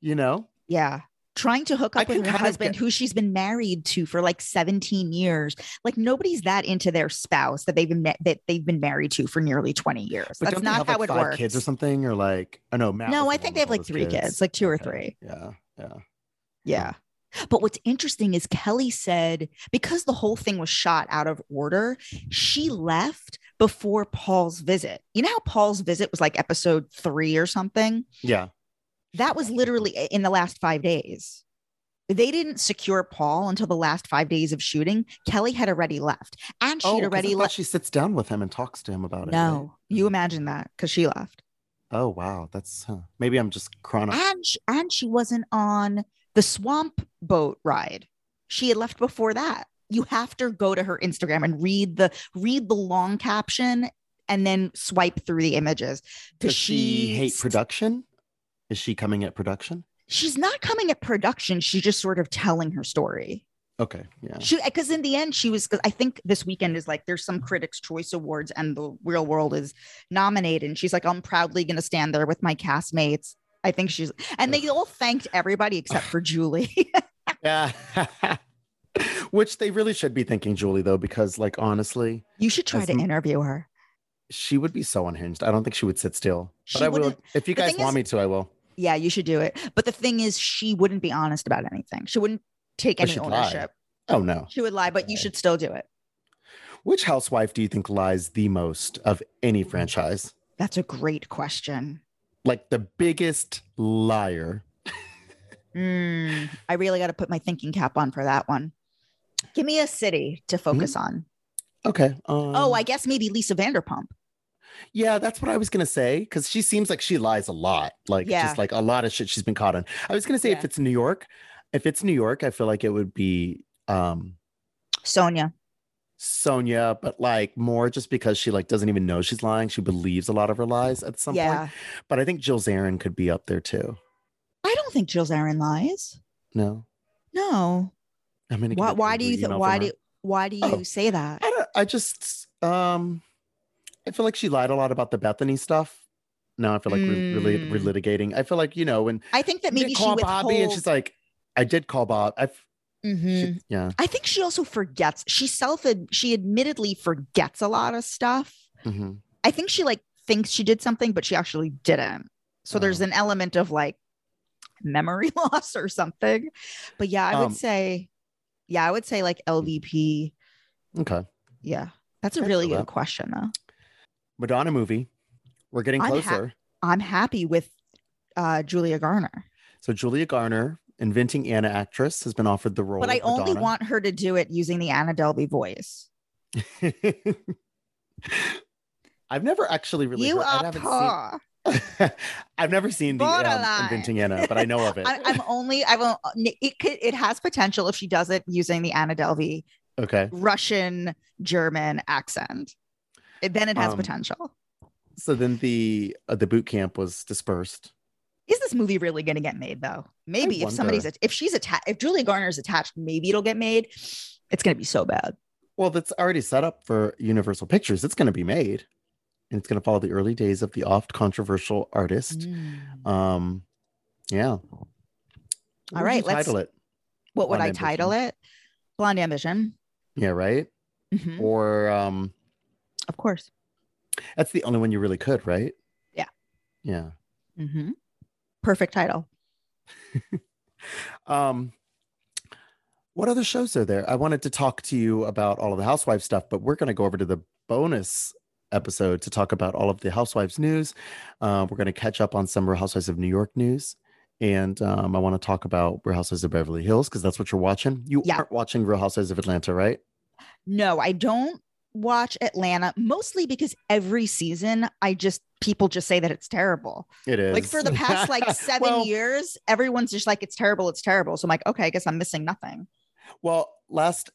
Speaker 1: You know,
Speaker 2: Yeah. Trying to hook
Speaker 1: I
Speaker 2: up with
Speaker 1: can
Speaker 2: her
Speaker 1: kind of
Speaker 2: husband,
Speaker 1: get-
Speaker 2: who she's been married to for like 17 years. Like nobody's that into their spouse that they've been ma- that they've been married to for nearly 20 years.
Speaker 1: but
Speaker 2: That's
Speaker 1: don't
Speaker 2: not
Speaker 1: they have
Speaker 2: how
Speaker 1: like
Speaker 2: it
Speaker 1: five
Speaker 2: works.
Speaker 1: kids or something, or like I know. Matt
Speaker 2: No,
Speaker 1: was
Speaker 2: I
Speaker 1: the one
Speaker 2: think they
Speaker 1: with
Speaker 2: have
Speaker 1: all
Speaker 2: like
Speaker 1: those
Speaker 2: three kids, like two or three.
Speaker 1: Yeah, yeah.
Speaker 2: Yeah. But what's interesting is Kelly said because the whole thing was shot out of order, she left before Paul's visit. You know how Paul's visit was like episode three or something?
Speaker 1: Yeah.
Speaker 2: That was literally i- in the last five days. They didn't secure Paul until the last five days of shooting. Kelly had already left, and she'd
Speaker 1: oh, 'cause I
Speaker 2: already
Speaker 1: thought
Speaker 2: left.
Speaker 1: She sits down with him and talks to him about it. right?
Speaker 2: No, you imagine that because she left,
Speaker 1: Oh wow, that's huh. maybe I'm just chrono.
Speaker 2: and sh- and she wasn't on the swamp boat ride. She had left before that. You have to go to her Instagram and read the read the long caption and then swipe through the images
Speaker 1: Does
Speaker 2: because
Speaker 1: she hate
Speaker 2: production.
Speaker 1: production? Is she coming at production?
Speaker 2: she's not coming at production. She's just sort of telling her story.
Speaker 1: Okay, yeah.
Speaker 2: She because in the end she was 'cause I think this weekend is like there's some Critics Choice Awards and the Real World is nominated and she's like I'm proudly going to stand there with my castmates. I think she's and they all thanked everybody except for Julie.
Speaker 1: Yeah. Which they really should be thanking Julie though, because like honestly,
Speaker 2: you should try
Speaker 1: As
Speaker 2: to
Speaker 1: m-
Speaker 2: interview her.
Speaker 1: she would be so unhinged. I don't think she would sit still. But
Speaker 2: She
Speaker 1: I will.
Speaker 2: wouldn't-
Speaker 1: If you
Speaker 2: the
Speaker 1: guys
Speaker 2: thing
Speaker 1: want
Speaker 2: is-
Speaker 1: me to, I will.
Speaker 2: Yeah, you should do it. But the thing is she wouldn't be honest about anything. She wouldn't take
Speaker 1: Or
Speaker 2: any
Speaker 1: she'd lie.
Speaker 2: ownership.
Speaker 1: Oh no.
Speaker 2: She would lie, but you
Speaker 1: Okay.
Speaker 2: should still do it.
Speaker 1: Which housewife do you think lies the most of any franchise?
Speaker 2: That's a great question.
Speaker 1: Like the biggest liar.
Speaker 2: Mm, I really got to put my thinking cap on for that one. Give me a city
Speaker 1: Mm-hmm.
Speaker 2: to focus on.
Speaker 1: Okay.
Speaker 2: oh,
Speaker 1: um,
Speaker 2: I guess maybe Lisa Vanderpump.
Speaker 1: Yeah, that's what I was gonna say because she seems like she lies a lot, like
Speaker 2: Yeah.
Speaker 1: just like a lot of shit she's been caught on. I was gonna say
Speaker 2: Yeah.
Speaker 1: if it's New York, if it's New York, I feel like it would be um
Speaker 2: Sonia.
Speaker 1: Sonia, but like more just because she like doesn't even know she's lying. She believes a lot of her lies at some
Speaker 2: yeah.
Speaker 1: point. But I think Jill Zarin could be up there too.
Speaker 2: I don't think Jill Zarin lies.
Speaker 1: No,
Speaker 2: No.
Speaker 1: I mean,
Speaker 2: Why, why do you think? Why do Why do you
Speaker 1: Oh.
Speaker 2: say that?
Speaker 1: I don't, I just um I feel like she lied a lot about the Bethany stuff. Now I feel like we're really
Speaker 2: Mm.
Speaker 1: relitigating. I feel like you know when
Speaker 2: I think that
Speaker 1: did
Speaker 2: maybe she
Speaker 1: call
Speaker 2: withholds.
Speaker 1: Bobby, and she's like, "I did call Bob." I, f- she-
Speaker 2: Mhm.
Speaker 1: yeah,
Speaker 2: I think she also forgets. She self. She admittedly forgets a lot of stuff.
Speaker 1: mhm.
Speaker 2: I think she like thinks she did something, but she actually didn't. So there's
Speaker 1: Oh.
Speaker 2: an element of like memory loss or something. But yeah, I
Speaker 1: Um,
Speaker 2: would say, yeah, I would say like LVP.
Speaker 1: Okay.
Speaker 2: Yeah, that's a
Speaker 1: I
Speaker 2: really
Speaker 1: feel
Speaker 2: good
Speaker 1: that.
Speaker 2: question though.
Speaker 1: Madonna movie. We're getting
Speaker 2: I'm ha-
Speaker 1: closer.
Speaker 2: I'm happy with uh, Julia Garner,
Speaker 1: so Julia Garner, inventing Anna actress, has been offered the role.
Speaker 2: but I
Speaker 1: of
Speaker 2: only
Speaker 1: Madonna.
Speaker 2: want her to do it using the Anna Delvey voice.
Speaker 1: I've never actually really.
Speaker 2: you
Speaker 1: heard- I
Speaker 2: are
Speaker 1: haven't
Speaker 2: poor.
Speaker 1: seen- I've never seen the um,
Speaker 2: Borderline.
Speaker 1: inventing Anna, but I know of it.
Speaker 2: I, I'm only. I will. It could. It has potential if she does it using the Anna Delvey
Speaker 1: okay.
Speaker 2: Russian German accent. It- then it has
Speaker 1: Um,
Speaker 2: potential.
Speaker 1: So then the uh, the boot camp was dispersed.
Speaker 2: Is this movie really going to get made though? Maybe if somebody's if she's attached, if Julia Garner's attached, maybe it'll get made. It's going to be so bad.
Speaker 1: Well, that's already set up for Universal Pictures. It's going to be made, and it's going to follow the early days of the oft controversial artist.
Speaker 2: Mm-hmm.
Speaker 1: Um, yeah. All
Speaker 2: All right, let's-
Speaker 1: title it.
Speaker 2: What would I
Speaker 1: Blonde
Speaker 2: title
Speaker 1: Ambition.
Speaker 2: it? Blonde Ambition.
Speaker 1: Yeah, right.
Speaker 2: Mhm,
Speaker 1: Or um,
Speaker 2: Of course.
Speaker 1: that's the only one you really could, right?
Speaker 2: Yeah.
Speaker 1: Yeah. Mm-hmm.
Speaker 2: Mhm. Perfect title.
Speaker 1: Um, what other shows are there? I wanted to talk to you about all of the housewife stuff, but we're going to go over to the bonus episode to talk about all of the housewives news. Uh, we're going to catch up on some Real Housewives of New York news. And um, I want to talk about Real Housewives of Beverly Hills because that's what you're watching. You
Speaker 2: Yeah.
Speaker 1: aren't watching Real Housewives of Atlanta, right?
Speaker 2: No, I don't watch Atlanta mostly because every season I just people just say that it's terrible.
Speaker 1: It is.
Speaker 2: Like for the past like 7
Speaker 1: Well,
Speaker 2: years, everyone's just like it's terrible, it's terrible. So I'm like, okay, I guess I'm missing nothing.
Speaker 1: Well, last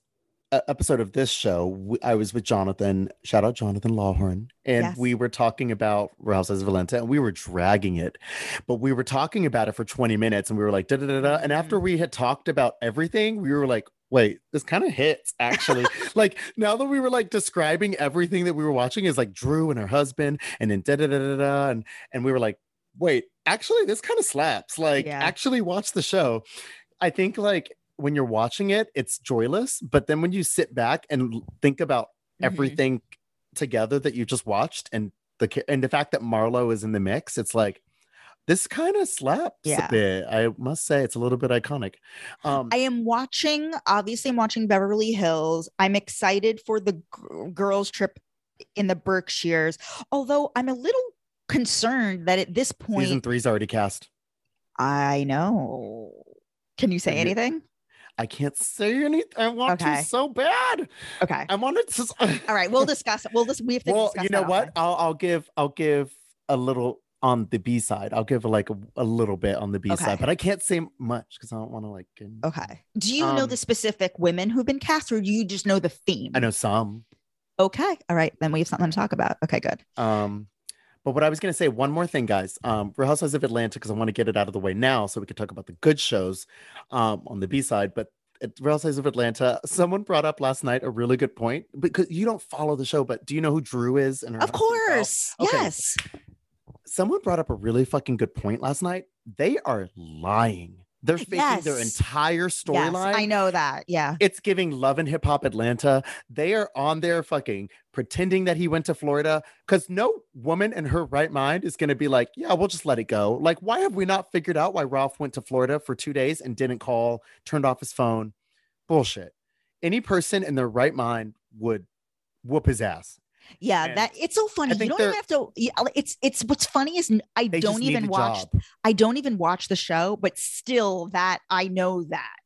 Speaker 1: uh, episode of this show, w- I was with Jonathan. Shout out Jonathan Lawhorn, and
Speaker 2: Yes.
Speaker 1: we were talking about Rouse as Valenta, and we were dragging it, but we were talking about it for twenty minutes, and we were like da da da da. And after we had talked about everything, we were like. Wait, this kind of hits actually. like now that we were like describing everything that we were watching is like Drew and her husband, and then da da da da da, and and we were like, wait, actually this kind of slaps. Like
Speaker 2: Yeah.
Speaker 1: actually watch the show. I think like when you're watching it, it's joyless, but then when you sit back and l- think about
Speaker 2: Mm-hmm.
Speaker 1: everything together that you just watched and the ca- and the fact that Marlo is in the mix, it's like this kind of slaps
Speaker 2: Yeah.
Speaker 1: a bit. I must say it's a little bit iconic. Um
Speaker 2: I am watching, obviously, I'm watching Beverly Hills. I'm excited for the g- girls' trip in the Berkshires, although I'm a little concerned that at this point,
Speaker 1: season three's already cast.
Speaker 2: I know. Can you say
Speaker 1: Have you-
Speaker 2: anything?
Speaker 1: I can't say anything. I want
Speaker 2: Okay.
Speaker 1: to so bad.
Speaker 2: Okay.
Speaker 1: I wanted to s-
Speaker 2: All right. We'll discuss it. We'll just, we have to
Speaker 1: well
Speaker 2: discuss
Speaker 1: you know
Speaker 2: that
Speaker 1: what
Speaker 2: offline.
Speaker 1: I'll, I'll give i'll give a little on the b side i'll give like a, a little bit on the b
Speaker 2: Okay. Oh.
Speaker 1: side but i can't say much because i don't want to like get-
Speaker 2: Okay. Do you know
Speaker 1: Um,
Speaker 2: the specific women who've been cast or do you just know the theme?
Speaker 1: i know some
Speaker 2: Okay. All right. Then we have something to talk about. Okay. Good.
Speaker 1: um but what i was going to say one more thing guys um real housewives of atlanta because i want to get it out of the way now so we can talk about the good shows um on the b side but at real housewives of atlanta someone brought up last night a really good point because you don't follow the show but do you know who drew is and her
Speaker 2: Of
Speaker 1: husband, Val?
Speaker 2: course.
Speaker 1: Okay.
Speaker 2: Yes.
Speaker 1: someone brought up a really fucking good point last night. They are lying. They're faking their
Speaker 2: Yes.
Speaker 1: entire
Speaker 2: Yes.
Speaker 1: storyline.
Speaker 2: I know that. Yeah.
Speaker 1: It's giving love and hip hop Atlanta. They are on there fucking pretending that he went to Florida because no woman in her right mind is going to be like, yeah, we'll just let it go. Like, why have we not figured out why Ralph went to Florida for two days and didn't call, turned off his phone? Bullshit. Any person in their right mind would whoop his ass.
Speaker 2: Yeah,
Speaker 1: And
Speaker 2: that it's so funny. You
Speaker 1: think
Speaker 2: don't even
Speaker 1: they're-
Speaker 2: have to. yeah, It's it's what's funny is n- I
Speaker 1: They just
Speaker 2: don't
Speaker 1: need
Speaker 2: even
Speaker 1: the
Speaker 2: watch.
Speaker 1: job.
Speaker 2: I don't even watch the show, but still, that I know that.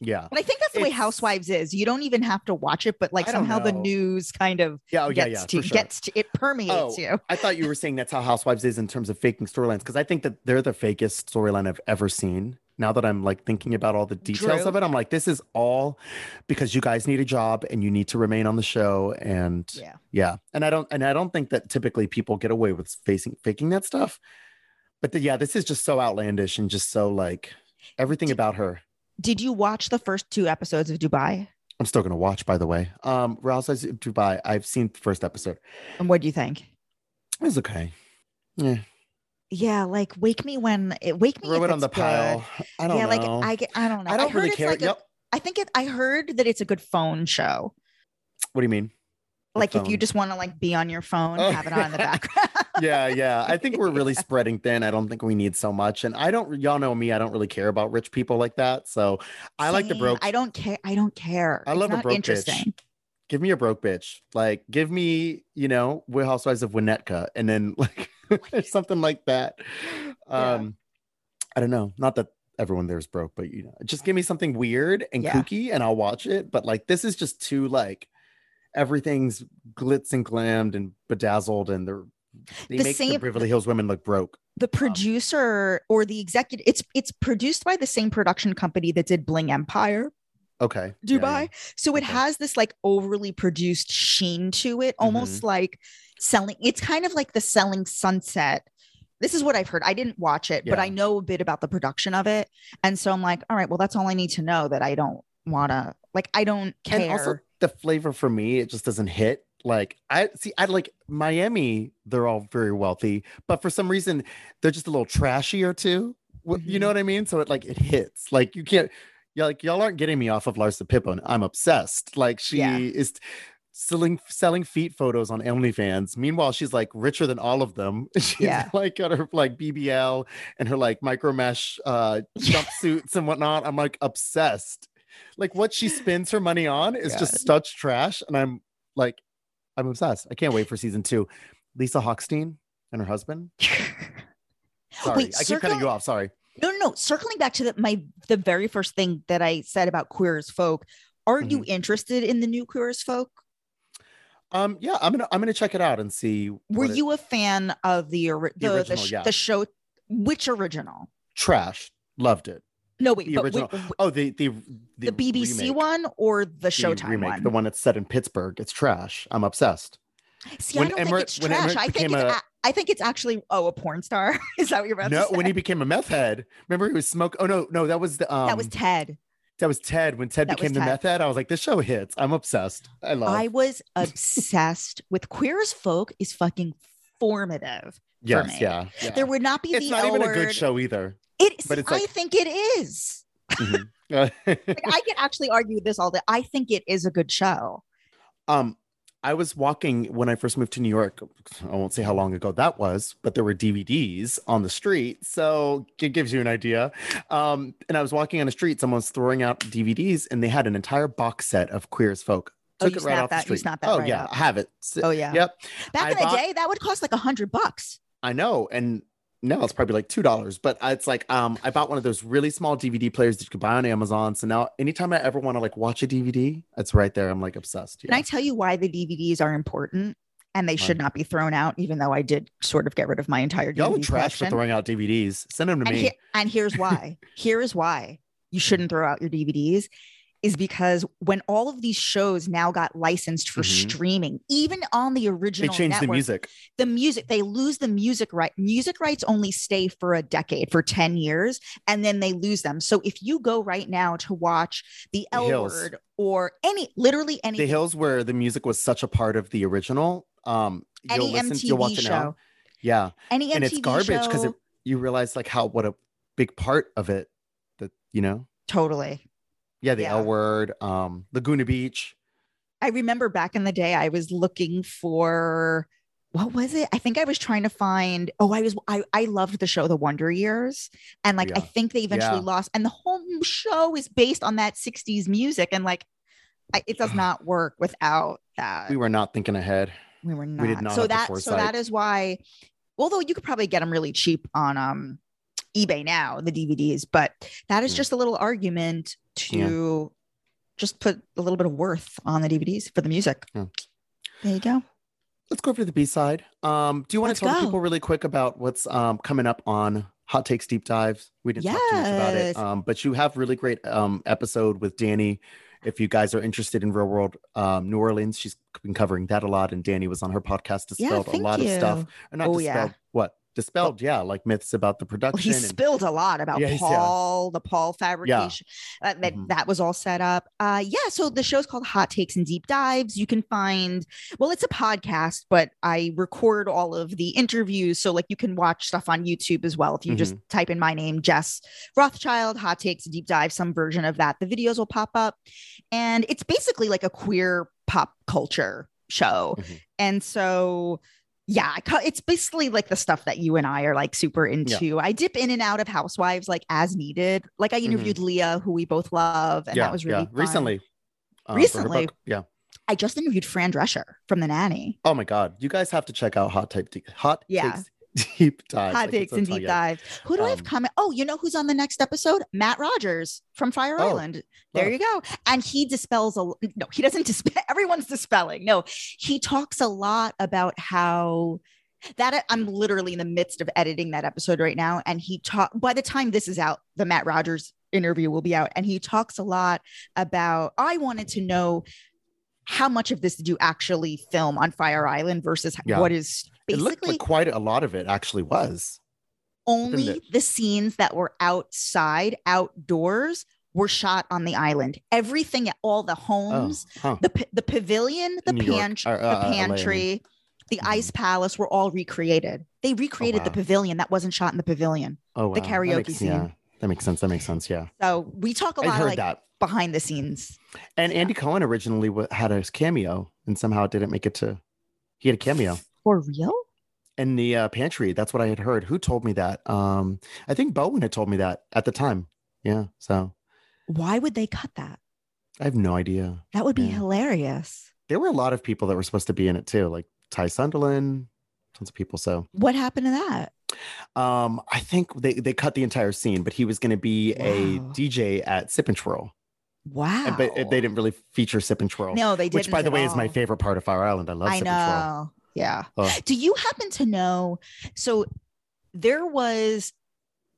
Speaker 1: Yeah.
Speaker 2: But I think that's the way
Speaker 1: It's-
Speaker 2: Housewives is. You don't even have to watch it, but like
Speaker 1: I don't
Speaker 2: somehow the
Speaker 1: know.
Speaker 2: news kind of
Speaker 1: Yeah. Oh, yeah.
Speaker 2: gets
Speaker 1: Yeah.
Speaker 2: to
Speaker 1: for sure.
Speaker 2: gets to it permeates
Speaker 1: Oh,
Speaker 2: you.
Speaker 1: I thought you were saying that's how Housewives is in terms of faking storylines because I think that they're the fakest storyline I've ever seen. Now that I'm like thinking about all the details
Speaker 2: Drew.
Speaker 1: of it, I'm like, this is all because you guys need a job and you need to remain on the show. And yeah,
Speaker 2: Yeah,
Speaker 1: and I don't and I don't think that typically people get away with facing faking that stuff. But the, yeah, this is just so outlandish and just so like everything about her.
Speaker 2: Did you watch the first two episodes of Dubai?
Speaker 1: I'm still gonna watch, by the way. Um, Real Housewives of Dubai. I've seen the first episode.
Speaker 2: And what do you think?
Speaker 1: It was okay.
Speaker 2: Yeah, like wake me when it wake me.
Speaker 1: Throw
Speaker 2: if
Speaker 1: it on
Speaker 2: it's
Speaker 1: the
Speaker 2: good.
Speaker 1: pile. I don't
Speaker 2: yeah, like
Speaker 1: know.
Speaker 2: I get. I don't know.
Speaker 1: I don't
Speaker 2: heard
Speaker 1: really
Speaker 2: it's
Speaker 1: care.
Speaker 2: Like a-
Speaker 1: Yep.
Speaker 2: I think it. I heard that it's a good phone show.
Speaker 1: What do you mean?
Speaker 2: like if you
Speaker 1: phone.
Speaker 2: just want to like be on your phone
Speaker 1: Oh.
Speaker 2: have it on in the background
Speaker 1: yeah, yeah. I think we're really spreading thin. I don't think we need so much. And I don't, y'all know me, I don't really care about rich people like that. So I like the
Speaker 2: Same.
Speaker 1: broke.
Speaker 2: I don't care. I don't care.
Speaker 1: I
Speaker 2: It's
Speaker 1: love a
Speaker 2: not
Speaker 1: broke bitch.
Speaker 2: interesting.
Speaker 1: give me a broke bitch. Like, give me, you know, Real Housewives of Winnetka, and then like something like that. Um, I don't know. Not that everyone there's broke, but you know, just give me something weird and
Speaker 2: Yeah.
Speaker 1: kooky, and I'll watch it. But like, this is just too like everything's glitz and glammed and bedazzled, and they're they
Speaker 2: The
Speaker 1: make the
Speaker 2: same-
Speaker 1: Beverly Hills women look broke.
Speaker 2: The producer or the executive, it's it's produced by the same production company that did Bling Empire.
Speaker 1: Okay, Yeah,
Speaker 2: Dubai.
Speaker 1: yeah.
Speaker 2: So it
Speaker 1: Okay. Mm-hmm.
Speaker 2: has this like overly produced sheen to it, almost like selling. It's kind of like the selling sunset. This is what I've heard. I didn't watch it, but I
Speaker 1: Yeah.
Speaker 2: know a bit about the production of it. And so I'm like, all right, well, that's all I need to know that I don't want to, like, I don't care.
Speaker 1: And also the flavor for me, it just doesn't hit. Like I see, I like Miami. They're all very wealthy, but for some reason, they're just a little trashier too. Wh- You
Speaker 2: Mm-hmm.
Speaker 1: know what I mean? So it like it hits. Like you can't. Yeah, like y'all aren't getting me off of Larsa Pippen. I'm obsessed. Like she
Speaker 2: Yeah.
Speaker 1: is selling selling feet photos on OnlyFans. Meanwhile, she's like richer than all of them. She's
Speaker 2: Yeah.
Speaker 1: like got her like BBL and her like micro mesh uh, jumpsuits and whatnot. I'm like obsessed. Like what she spends her money on is just such trash, and I'm like, I'm obsessed. I can't wait for season two. Lisa Hochstein and her husband. Sorry, I keep
Speaker 2: circle-
Speaker 1: cutting you off. Sorry.
Speaker 2: No, no, no. Circling back to the, my the very first thing that I said about queer as folk. Are you
Speaker 1: Mm-hmm.
Speaker 2: interested in the new queer as folk?
Speaker 1: Um, yeah, I'm gonna I'm gonna check it out and see.
Speaker 2: Were
Speaker 1: what it-
Speaker 2: you a fan of the ori- the, the,
Speaker 1: original,
Speaker 2: sh-
Speaker 1: yeah.
Speaker 2: the show? Which original?
Speaker 1: trash? Loved it.
Speaker 2: No, wait,
Speaker 1: The
Speaker 2: but wait,
Speaker 1: original-
Speaker 2: wait,
Speaker 1: Oh, the the
Speaker 2: the, BBC
Speaker 1: remake.
Speaker 2: one or the
Speaker 1: The
Speaker 2: Showtime
Speaker 1: remake,
Speaker 2: one?
Speaker 1: the one that's set in Pittsburgh. It's trash. I'm obsessed.
Speaker 2: See,
Speaker 1: when
Speaker 2: I don't
Speaker 1: Emmerich-
Speaker 2: think it's
Speaker 1: when
Speaker 2: trash.
Speaker 1: Emmerich
Speaker 2: I think
Speaker 1: became
Speaker 2: it's,
Speaker 1: a-
Speaker 2: a- I think it's actually oh a porn star. Is that what you're about
Speaker 1: no,
Speaker 2: to say?
Speaker 1: when he became a meth head, remember he was smoke. Oh no, no, that was the um,
Speaker 2: that was Ted.
Speaker 1: that was Ted. When Ted
Speaker 2: That was
Speaker 1: became the
Speaker 2: Ted.
Speaker 1: meth head, I was like, this show hits. I'm obsessed. I love.
Speaker 2: I was obsessed with Queer as Folk. Is fucking formative.
Speaker 1: yes,
Speaker 2: me.
Speaker 1: yeah, yeah.
Speaker 2: There would not be
Speaker 1: it's
Speaker 2: the
Speaker 1: not
Speaker 2: L
Speaker 1: even a
Speaker 2: word.
Speaker 1: good show either.
Speaker 2: It,
Speaker 1: but it's
Speaker 2: I
Speaker 1: like-
Speaker 2: think it is.
Speaker 1: Mhm.
Speaker 2: Like, I could actually argue this all day. I think it is a good show.
Speaker 1: Um, I was walking when I first moved to New York. I won't say how long ago that was, but there were DVDs on the street, so it gives you an idea. Um, and I was walking on the street, someone's throwing out DVDs, and they had an entire box set of Queer as Folk.
Speaker 2: Oh,
Speaker 1: Took
Speaker 2: you
Speaker 1: it right
Speaker 2: snapped
Speaker 1: off the
Speaker 2: that- you
Speaker 1: street.
Speaker 2: snapped that
Speaker 1: oh
Speaker 2: right
Speaker 1: yeah,
Speaker 2: up.
Speaker 1: I have it. S-
Speaker 2: Oh yeah.
Speaker 1: Yep,
Speaker 2: Back
Speaker 1: I
Speaker 2: in the
Speaker 1: bought-
Speaker 2: day, that would cost like a hundred bucks.
Speaker 1: I know, and. Now it's probably like two dollars, but it's like um, I bought one of those really small DVD players that you could buy on Amazon. So now, anytime I ever want to like watch a DVD, it's right there. I'm like obsessed.
Speaker 2: Can I tell you why the DVDs are important and they should
Speaker 1: Why?
Speaker 2: not be thrown out? Even though I did sort of get rid of my entire DVD
Speaker 1: Y'all are trash for
Speaker 2: collection.
Speaker 1: throwing out DVDs. Send them to
Speaker 2: and,
Speaker 1: me.
Speaker 2: he- and here's why. Here is why you shouldn't throw out your DVDs is because when all of these shows now got licensed for
Speaker 1: Mhm.
Speaker 2: streaming, even on the
Speaker 1: they
Speaker 2: original
Speaker 1: changed the
Speaker 2: network,
Speaker 1: music.
Speaker 2: the music, they lose the music right. Music rights only stay for a decade, for 10 years, and then they lose them. So if you go right now to watch the
Speaker 1: The
Speaker 2: L
Speaker 1: Hills.
Speaker 2: word or any literally any
Speaker 1: The hills where the music was such a part of the original. Um, you'll
Speaker 2: any
Speaker 1: listen, you'll watch
Speaker 2: MTV
Speaker 1: it
Speaker 2: show,
Speaker 1: now. Yeah,
Speaker 2: any MTV
Speaker 1: and it's garbage because
Speaker 2: show,
Speaker 1: you realize like how what a big part of it that you know.
Speaker 2: totally.
Speaker 1: Yeah, the
Speaker 2: Yeah.
Speaker 1: L word, um, Laguna Beach.
Speaker 2: I remember back in the day, I was looking for what was it? I think I was trying to find. Oh, I was I I loved the show The Wonder Years, and like I
Speaker 1: yeah.
Speaker 2: think they eventually
Speaker 1: Yeah.
Speaker 2: lost. And the whole show is based on that '60s music, and like I, it does not work without that.
Speaker 1: We
Speaker 2: We were,
Speaker 1: were not thinking ahead.
Speaker 2: not.
Speaker 1: we did not
Speaker 2: so
Speaker 1: have the
Speaker 2: that so
Speaker 1: foresight.
Speaker 2: that is why. Although you could probably get them really cheap on um eBay now, the DVDs, but that is
Speaker 1: Mm.
Speaker 2: just a little argument to. Just put a little bit of worth on the DVDs for the music.
Speaker 1: Yeah.
Speaker 2: There you go.
Speaker 1: Let's go over to the B side. Um, do you want
Speaker 2: Let's
Speaker 1: to tell the
Speaker 2: go.
Speaker 1: people really quick about what's um, coming up on Hot Takes Deep Dives? We didn't talk too much about
Speaker 2: Yes.
Speaker 1: it, um, but you have really great um, episode with Danny. If you guys are interested in real world um, New Orleans, she's been covering that a lot, and Danny was on her podcast, dispelled a lot of stuff. Or not
Speaker 2: Oh, yeah.
Speaker 1: dispelled, what dispelled? yeah, like myths about the
Speaker 2: Well,
Speaker 1: production.
Speaker 2: he
Speaker 1: and-
Speaker 2: spilled a lot about
Speaker 1: Yeah, he's- yeah.
Speaker 2: Paul, the Paul fabrication. Uh, that
Speaker 1: Mhm.
Speaker 2: that was all set up. Uh, yeah, so the show's called Hot Takes and Deep Dives. You can find well, it's a podcast, but I record all of the interviews, so like you can watch stuff on YouTube as well. If you just
Speaker 1: Mm-hmm.
Speaker 2: type in my name, Jess Rothschild, Hot Takes and Deep Dive, some version of that, the videos will pop up, and
Speaker 1: Mm-hmm.
Speaker 2: it's basically like a queer pop culture show,
Speaker 1: Mhm.
Speaker 2: and so yeah, I ca- it's basically like the stuff that you and I are like super into. I dip in and out of Housewives like as needed. Like I interviewed Leah, who we both love, and
Speaker 1: Mm-hmm. yeah,
Speaker 2: that was really
Speaker 1: yeah.
Speaker 2: fun.
Speaker 1: recently. uh, for her
Speaker 2: Recently.
Speaker 1: book. yeah.
Speaker 2: I just interviewed Fran Drescher from The Nanny.
Speaker 1: Oh my God, you guys have to check out Hot Type Deep Hot
Speaker 2: Yeah.
Speaker 1: Takes Deep Dive.
Speaker 2: Hot takes and deep dives. Who do I have
Speaker 1: Um,
Speaker 2: coming? Oh, you know who's on the next episode? Matt Rogers from Fire
Speaker 1: Oh,
Speaker 2: Island. There
Speaker 1: love.
Speaker 2: you go. And he dispels a no, he doesn't dispel. Everyone's dispelling. No, he talks a lot about how that uh, I'm literally in the midst of editing that episode right now. And he talk by the time this is out, the Matt Rogers interview will be out. And he talks a lot about I wanted to know how much of this did you actually film on Fire Island versus
Speaker 1: Yeah.
Speaker 2: what is
Speaker 1: It looked
Speaker 2: basically
Speaker 1: like quite a lot of it actually was.
Speaker 2: only
Speaker 1: it?
Speaker 2: the scenes that were outside, outdoors, were shot on the island. Everything, all the homes,
Speaker 1: oh, huh.
Speaker 2: the p- the pavilion, the
Speaker 1: In New York,
Speaker 2: pantry,
Speaker 1: or, uh, uh, LA, I
Speaker 2: the
Speaker 1: mean.
Speaker 2: pantry, the
Speaker 1: Mhm.
Speaker 2: ice palace were all recreated. They recreated the
Speaker 1: Oh, wow.
Speaker 2: pavilion that wasn't shot in the pavilion.
Speaker 1: oh, wow.
Speaker 2: the
Speaker 1: That
Speaker 2: karaoke
Speaker 1: makes-
Speaker 2: scene.
Speaker 1: Yeah, that makes sense. That makes sense. Yeah,
Speaker 2: So we talk a
Speaker 1: I
Speaker 2: lot of
Speaker 1: heard
Speaker 2: like
Speaker 1: that.
Speaker 2: behind the scenes.
Speaker 1: And Andy Cohen originally w- had a cameo, and somehow it didn't make it to. He had a cameo
Speaker 2: For real?
Speaker 1: in the uh, pantry. That's what I had heard. Who told me that? Um, I think Bowen had told me that at the time. Yeah, so
Speaker 2: Why would they cut that?
Speaker 1: I have no idea.
Speaker 2: That would be
Speaker 1: Yeah.
Speaker 2: hilarious.
Speaker 1: There were a lot of people that were supposed to be in it too, like Ty Sunderland, tons of people. So
Speaker 2: What happened to that?
Speaker 1: Um, I think they, they cut the entire scene, but he was going to be a
Speaker 2: Wow.
Speaker 1: DJ at Sip and Twirl,
Speaker 2: Wow.
Speaker 1: And- but uh, they didn't really feature Sip and Twirl,
Speaker 2: No, they didn't.
Speaker 1: which, by the
Speaker 2: at
Speaker 1: way, is my
Speaker 2: all.
Speaker 1: favorite part of Fire Island. I love
Speaker 2: I
Speaker 1: Sip and Twirl.
Speaker 2: know. Yeah.
Speaker 1: Oh.
Speaker 2: Do you happen to know? So there was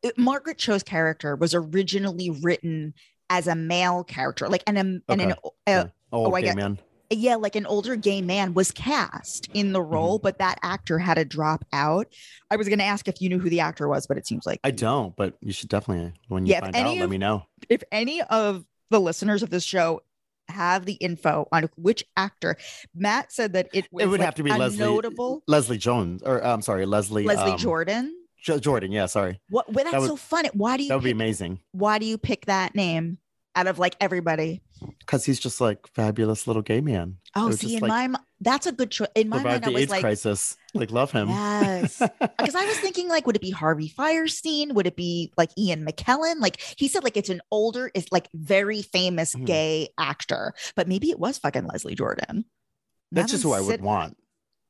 Speaker 2: it- Margaret Cho's character was originally written as a male character, like and, um, and an uh,
Speaker 1: Yeah. Oh,
Speaker 2: oh, I
Speaker 1: okay,
Speaker 2: got-
Speaker 1: man.
Speaker 2: yeah, like an older gay man was cast in
Speaker 1: Mm-hmm.
Speaker 2: the role, but that actor had to drop out. I was going to ask if you knew who the actor was, but it seems like
Speaker 1: I don't, but you should definitely, when you
Speaker 2: Yeah, if
Speaker 1: find
Speaker 2: any
Speaker 1: out, let
Speaker 2: of-
Speaker 1: me know.
Speaker 2: if any of the listeners of this show have the info on which actor, Matt said that it, was,
Speaker 1: would
Speaker 2: like,
Speaker 1: have to be
Speaker 2: a
Speaker 1: Leslie-
Speaker 2: notable
Speaker 1: Leslie Jones, or I'm sorry, Leslie
Speaker 2: Leslie
Speaker 1: um,
Speaker 2: Jordan.
Speaker 1: Jo- Jordan. Yeah, sorry.
Speaker 2: What? Well, that's
Speaker 1: would-
Speaker 2: so fun. Why do you
Speaker 1: That would be
Speaker 2: pick-
Speaker 1: amazing
Speaker 2: why do you pick that name out of like everybody?
Speaker 1: because he's just like fabulous little gay man. It
Speaker 2: Oh,
Speaker 1: was
Speaker 2: see,
Speaker 1: just,
Speaker 2: in
Speaker 1: like,
Speaker 2: my my that's a good choice. In my
Speaker 1: survived
Speaker 2: mind, I
Speaker 1: the
Speaker 2: was
Speaker 1: AIDS
Speaker 2: like,
Speaker 1: crisis. Like, love him.
Speaker 2: yes. Because I was thinking, like, would it be Harvey Firestein? Would it be like Ian McKellen? Like he said, like it's an older, it's like very famous
Speaker 1: Mhm.
Speaker 2: gay actor, but maybe it was fucking Leslie Jordan.
Speaker 1: That's just who I would
Speaker 2: want.
Speaker 1: want.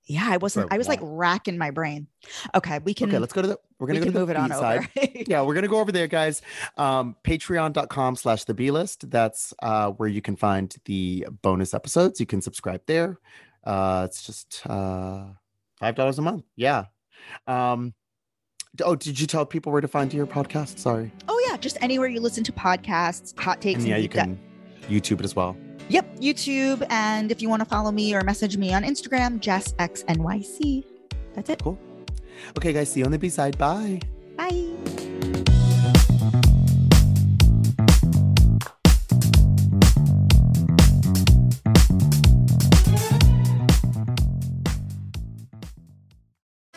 Speaker 2: Yeah, I wasn't.
Speaker 1: I
Speaker 2: I was like
Speaker 1: want.
Speaker 2: racking my brain. Okay, we can.
Speaker 1: Okay, let's go to the. We're
Speaker 2: we
Speaker 1: gonna go
Speaker 2: can
Speaker 1: to
Speaker 2: move
Speaker 1: the
Speaker 2: it on
Speaker 1: B side.
Speaker 2: over.
Speaker 1: yeah we're gonna go over there guys um patreon.com slash the b list that's uh where you can find the bonus episodes you can subscribe there uh it's just uh five dollars a month yeah um d- oh did you tell people where to find your podcast sorry
Speaker 2: Oh yeah, just anywhere you listen to podcasts, hot takes,
Speaker 1: and yeah you
Speaker 2: deep dives.
Speaker 1: can youtube it as well
Speaker 2: Yep, YouTube. And if you want to follow me or message me on Instagram, JessXNYC. That's it.
Speaker 1: cool okay guys see you on the b side bye
Speaker 2: Bye.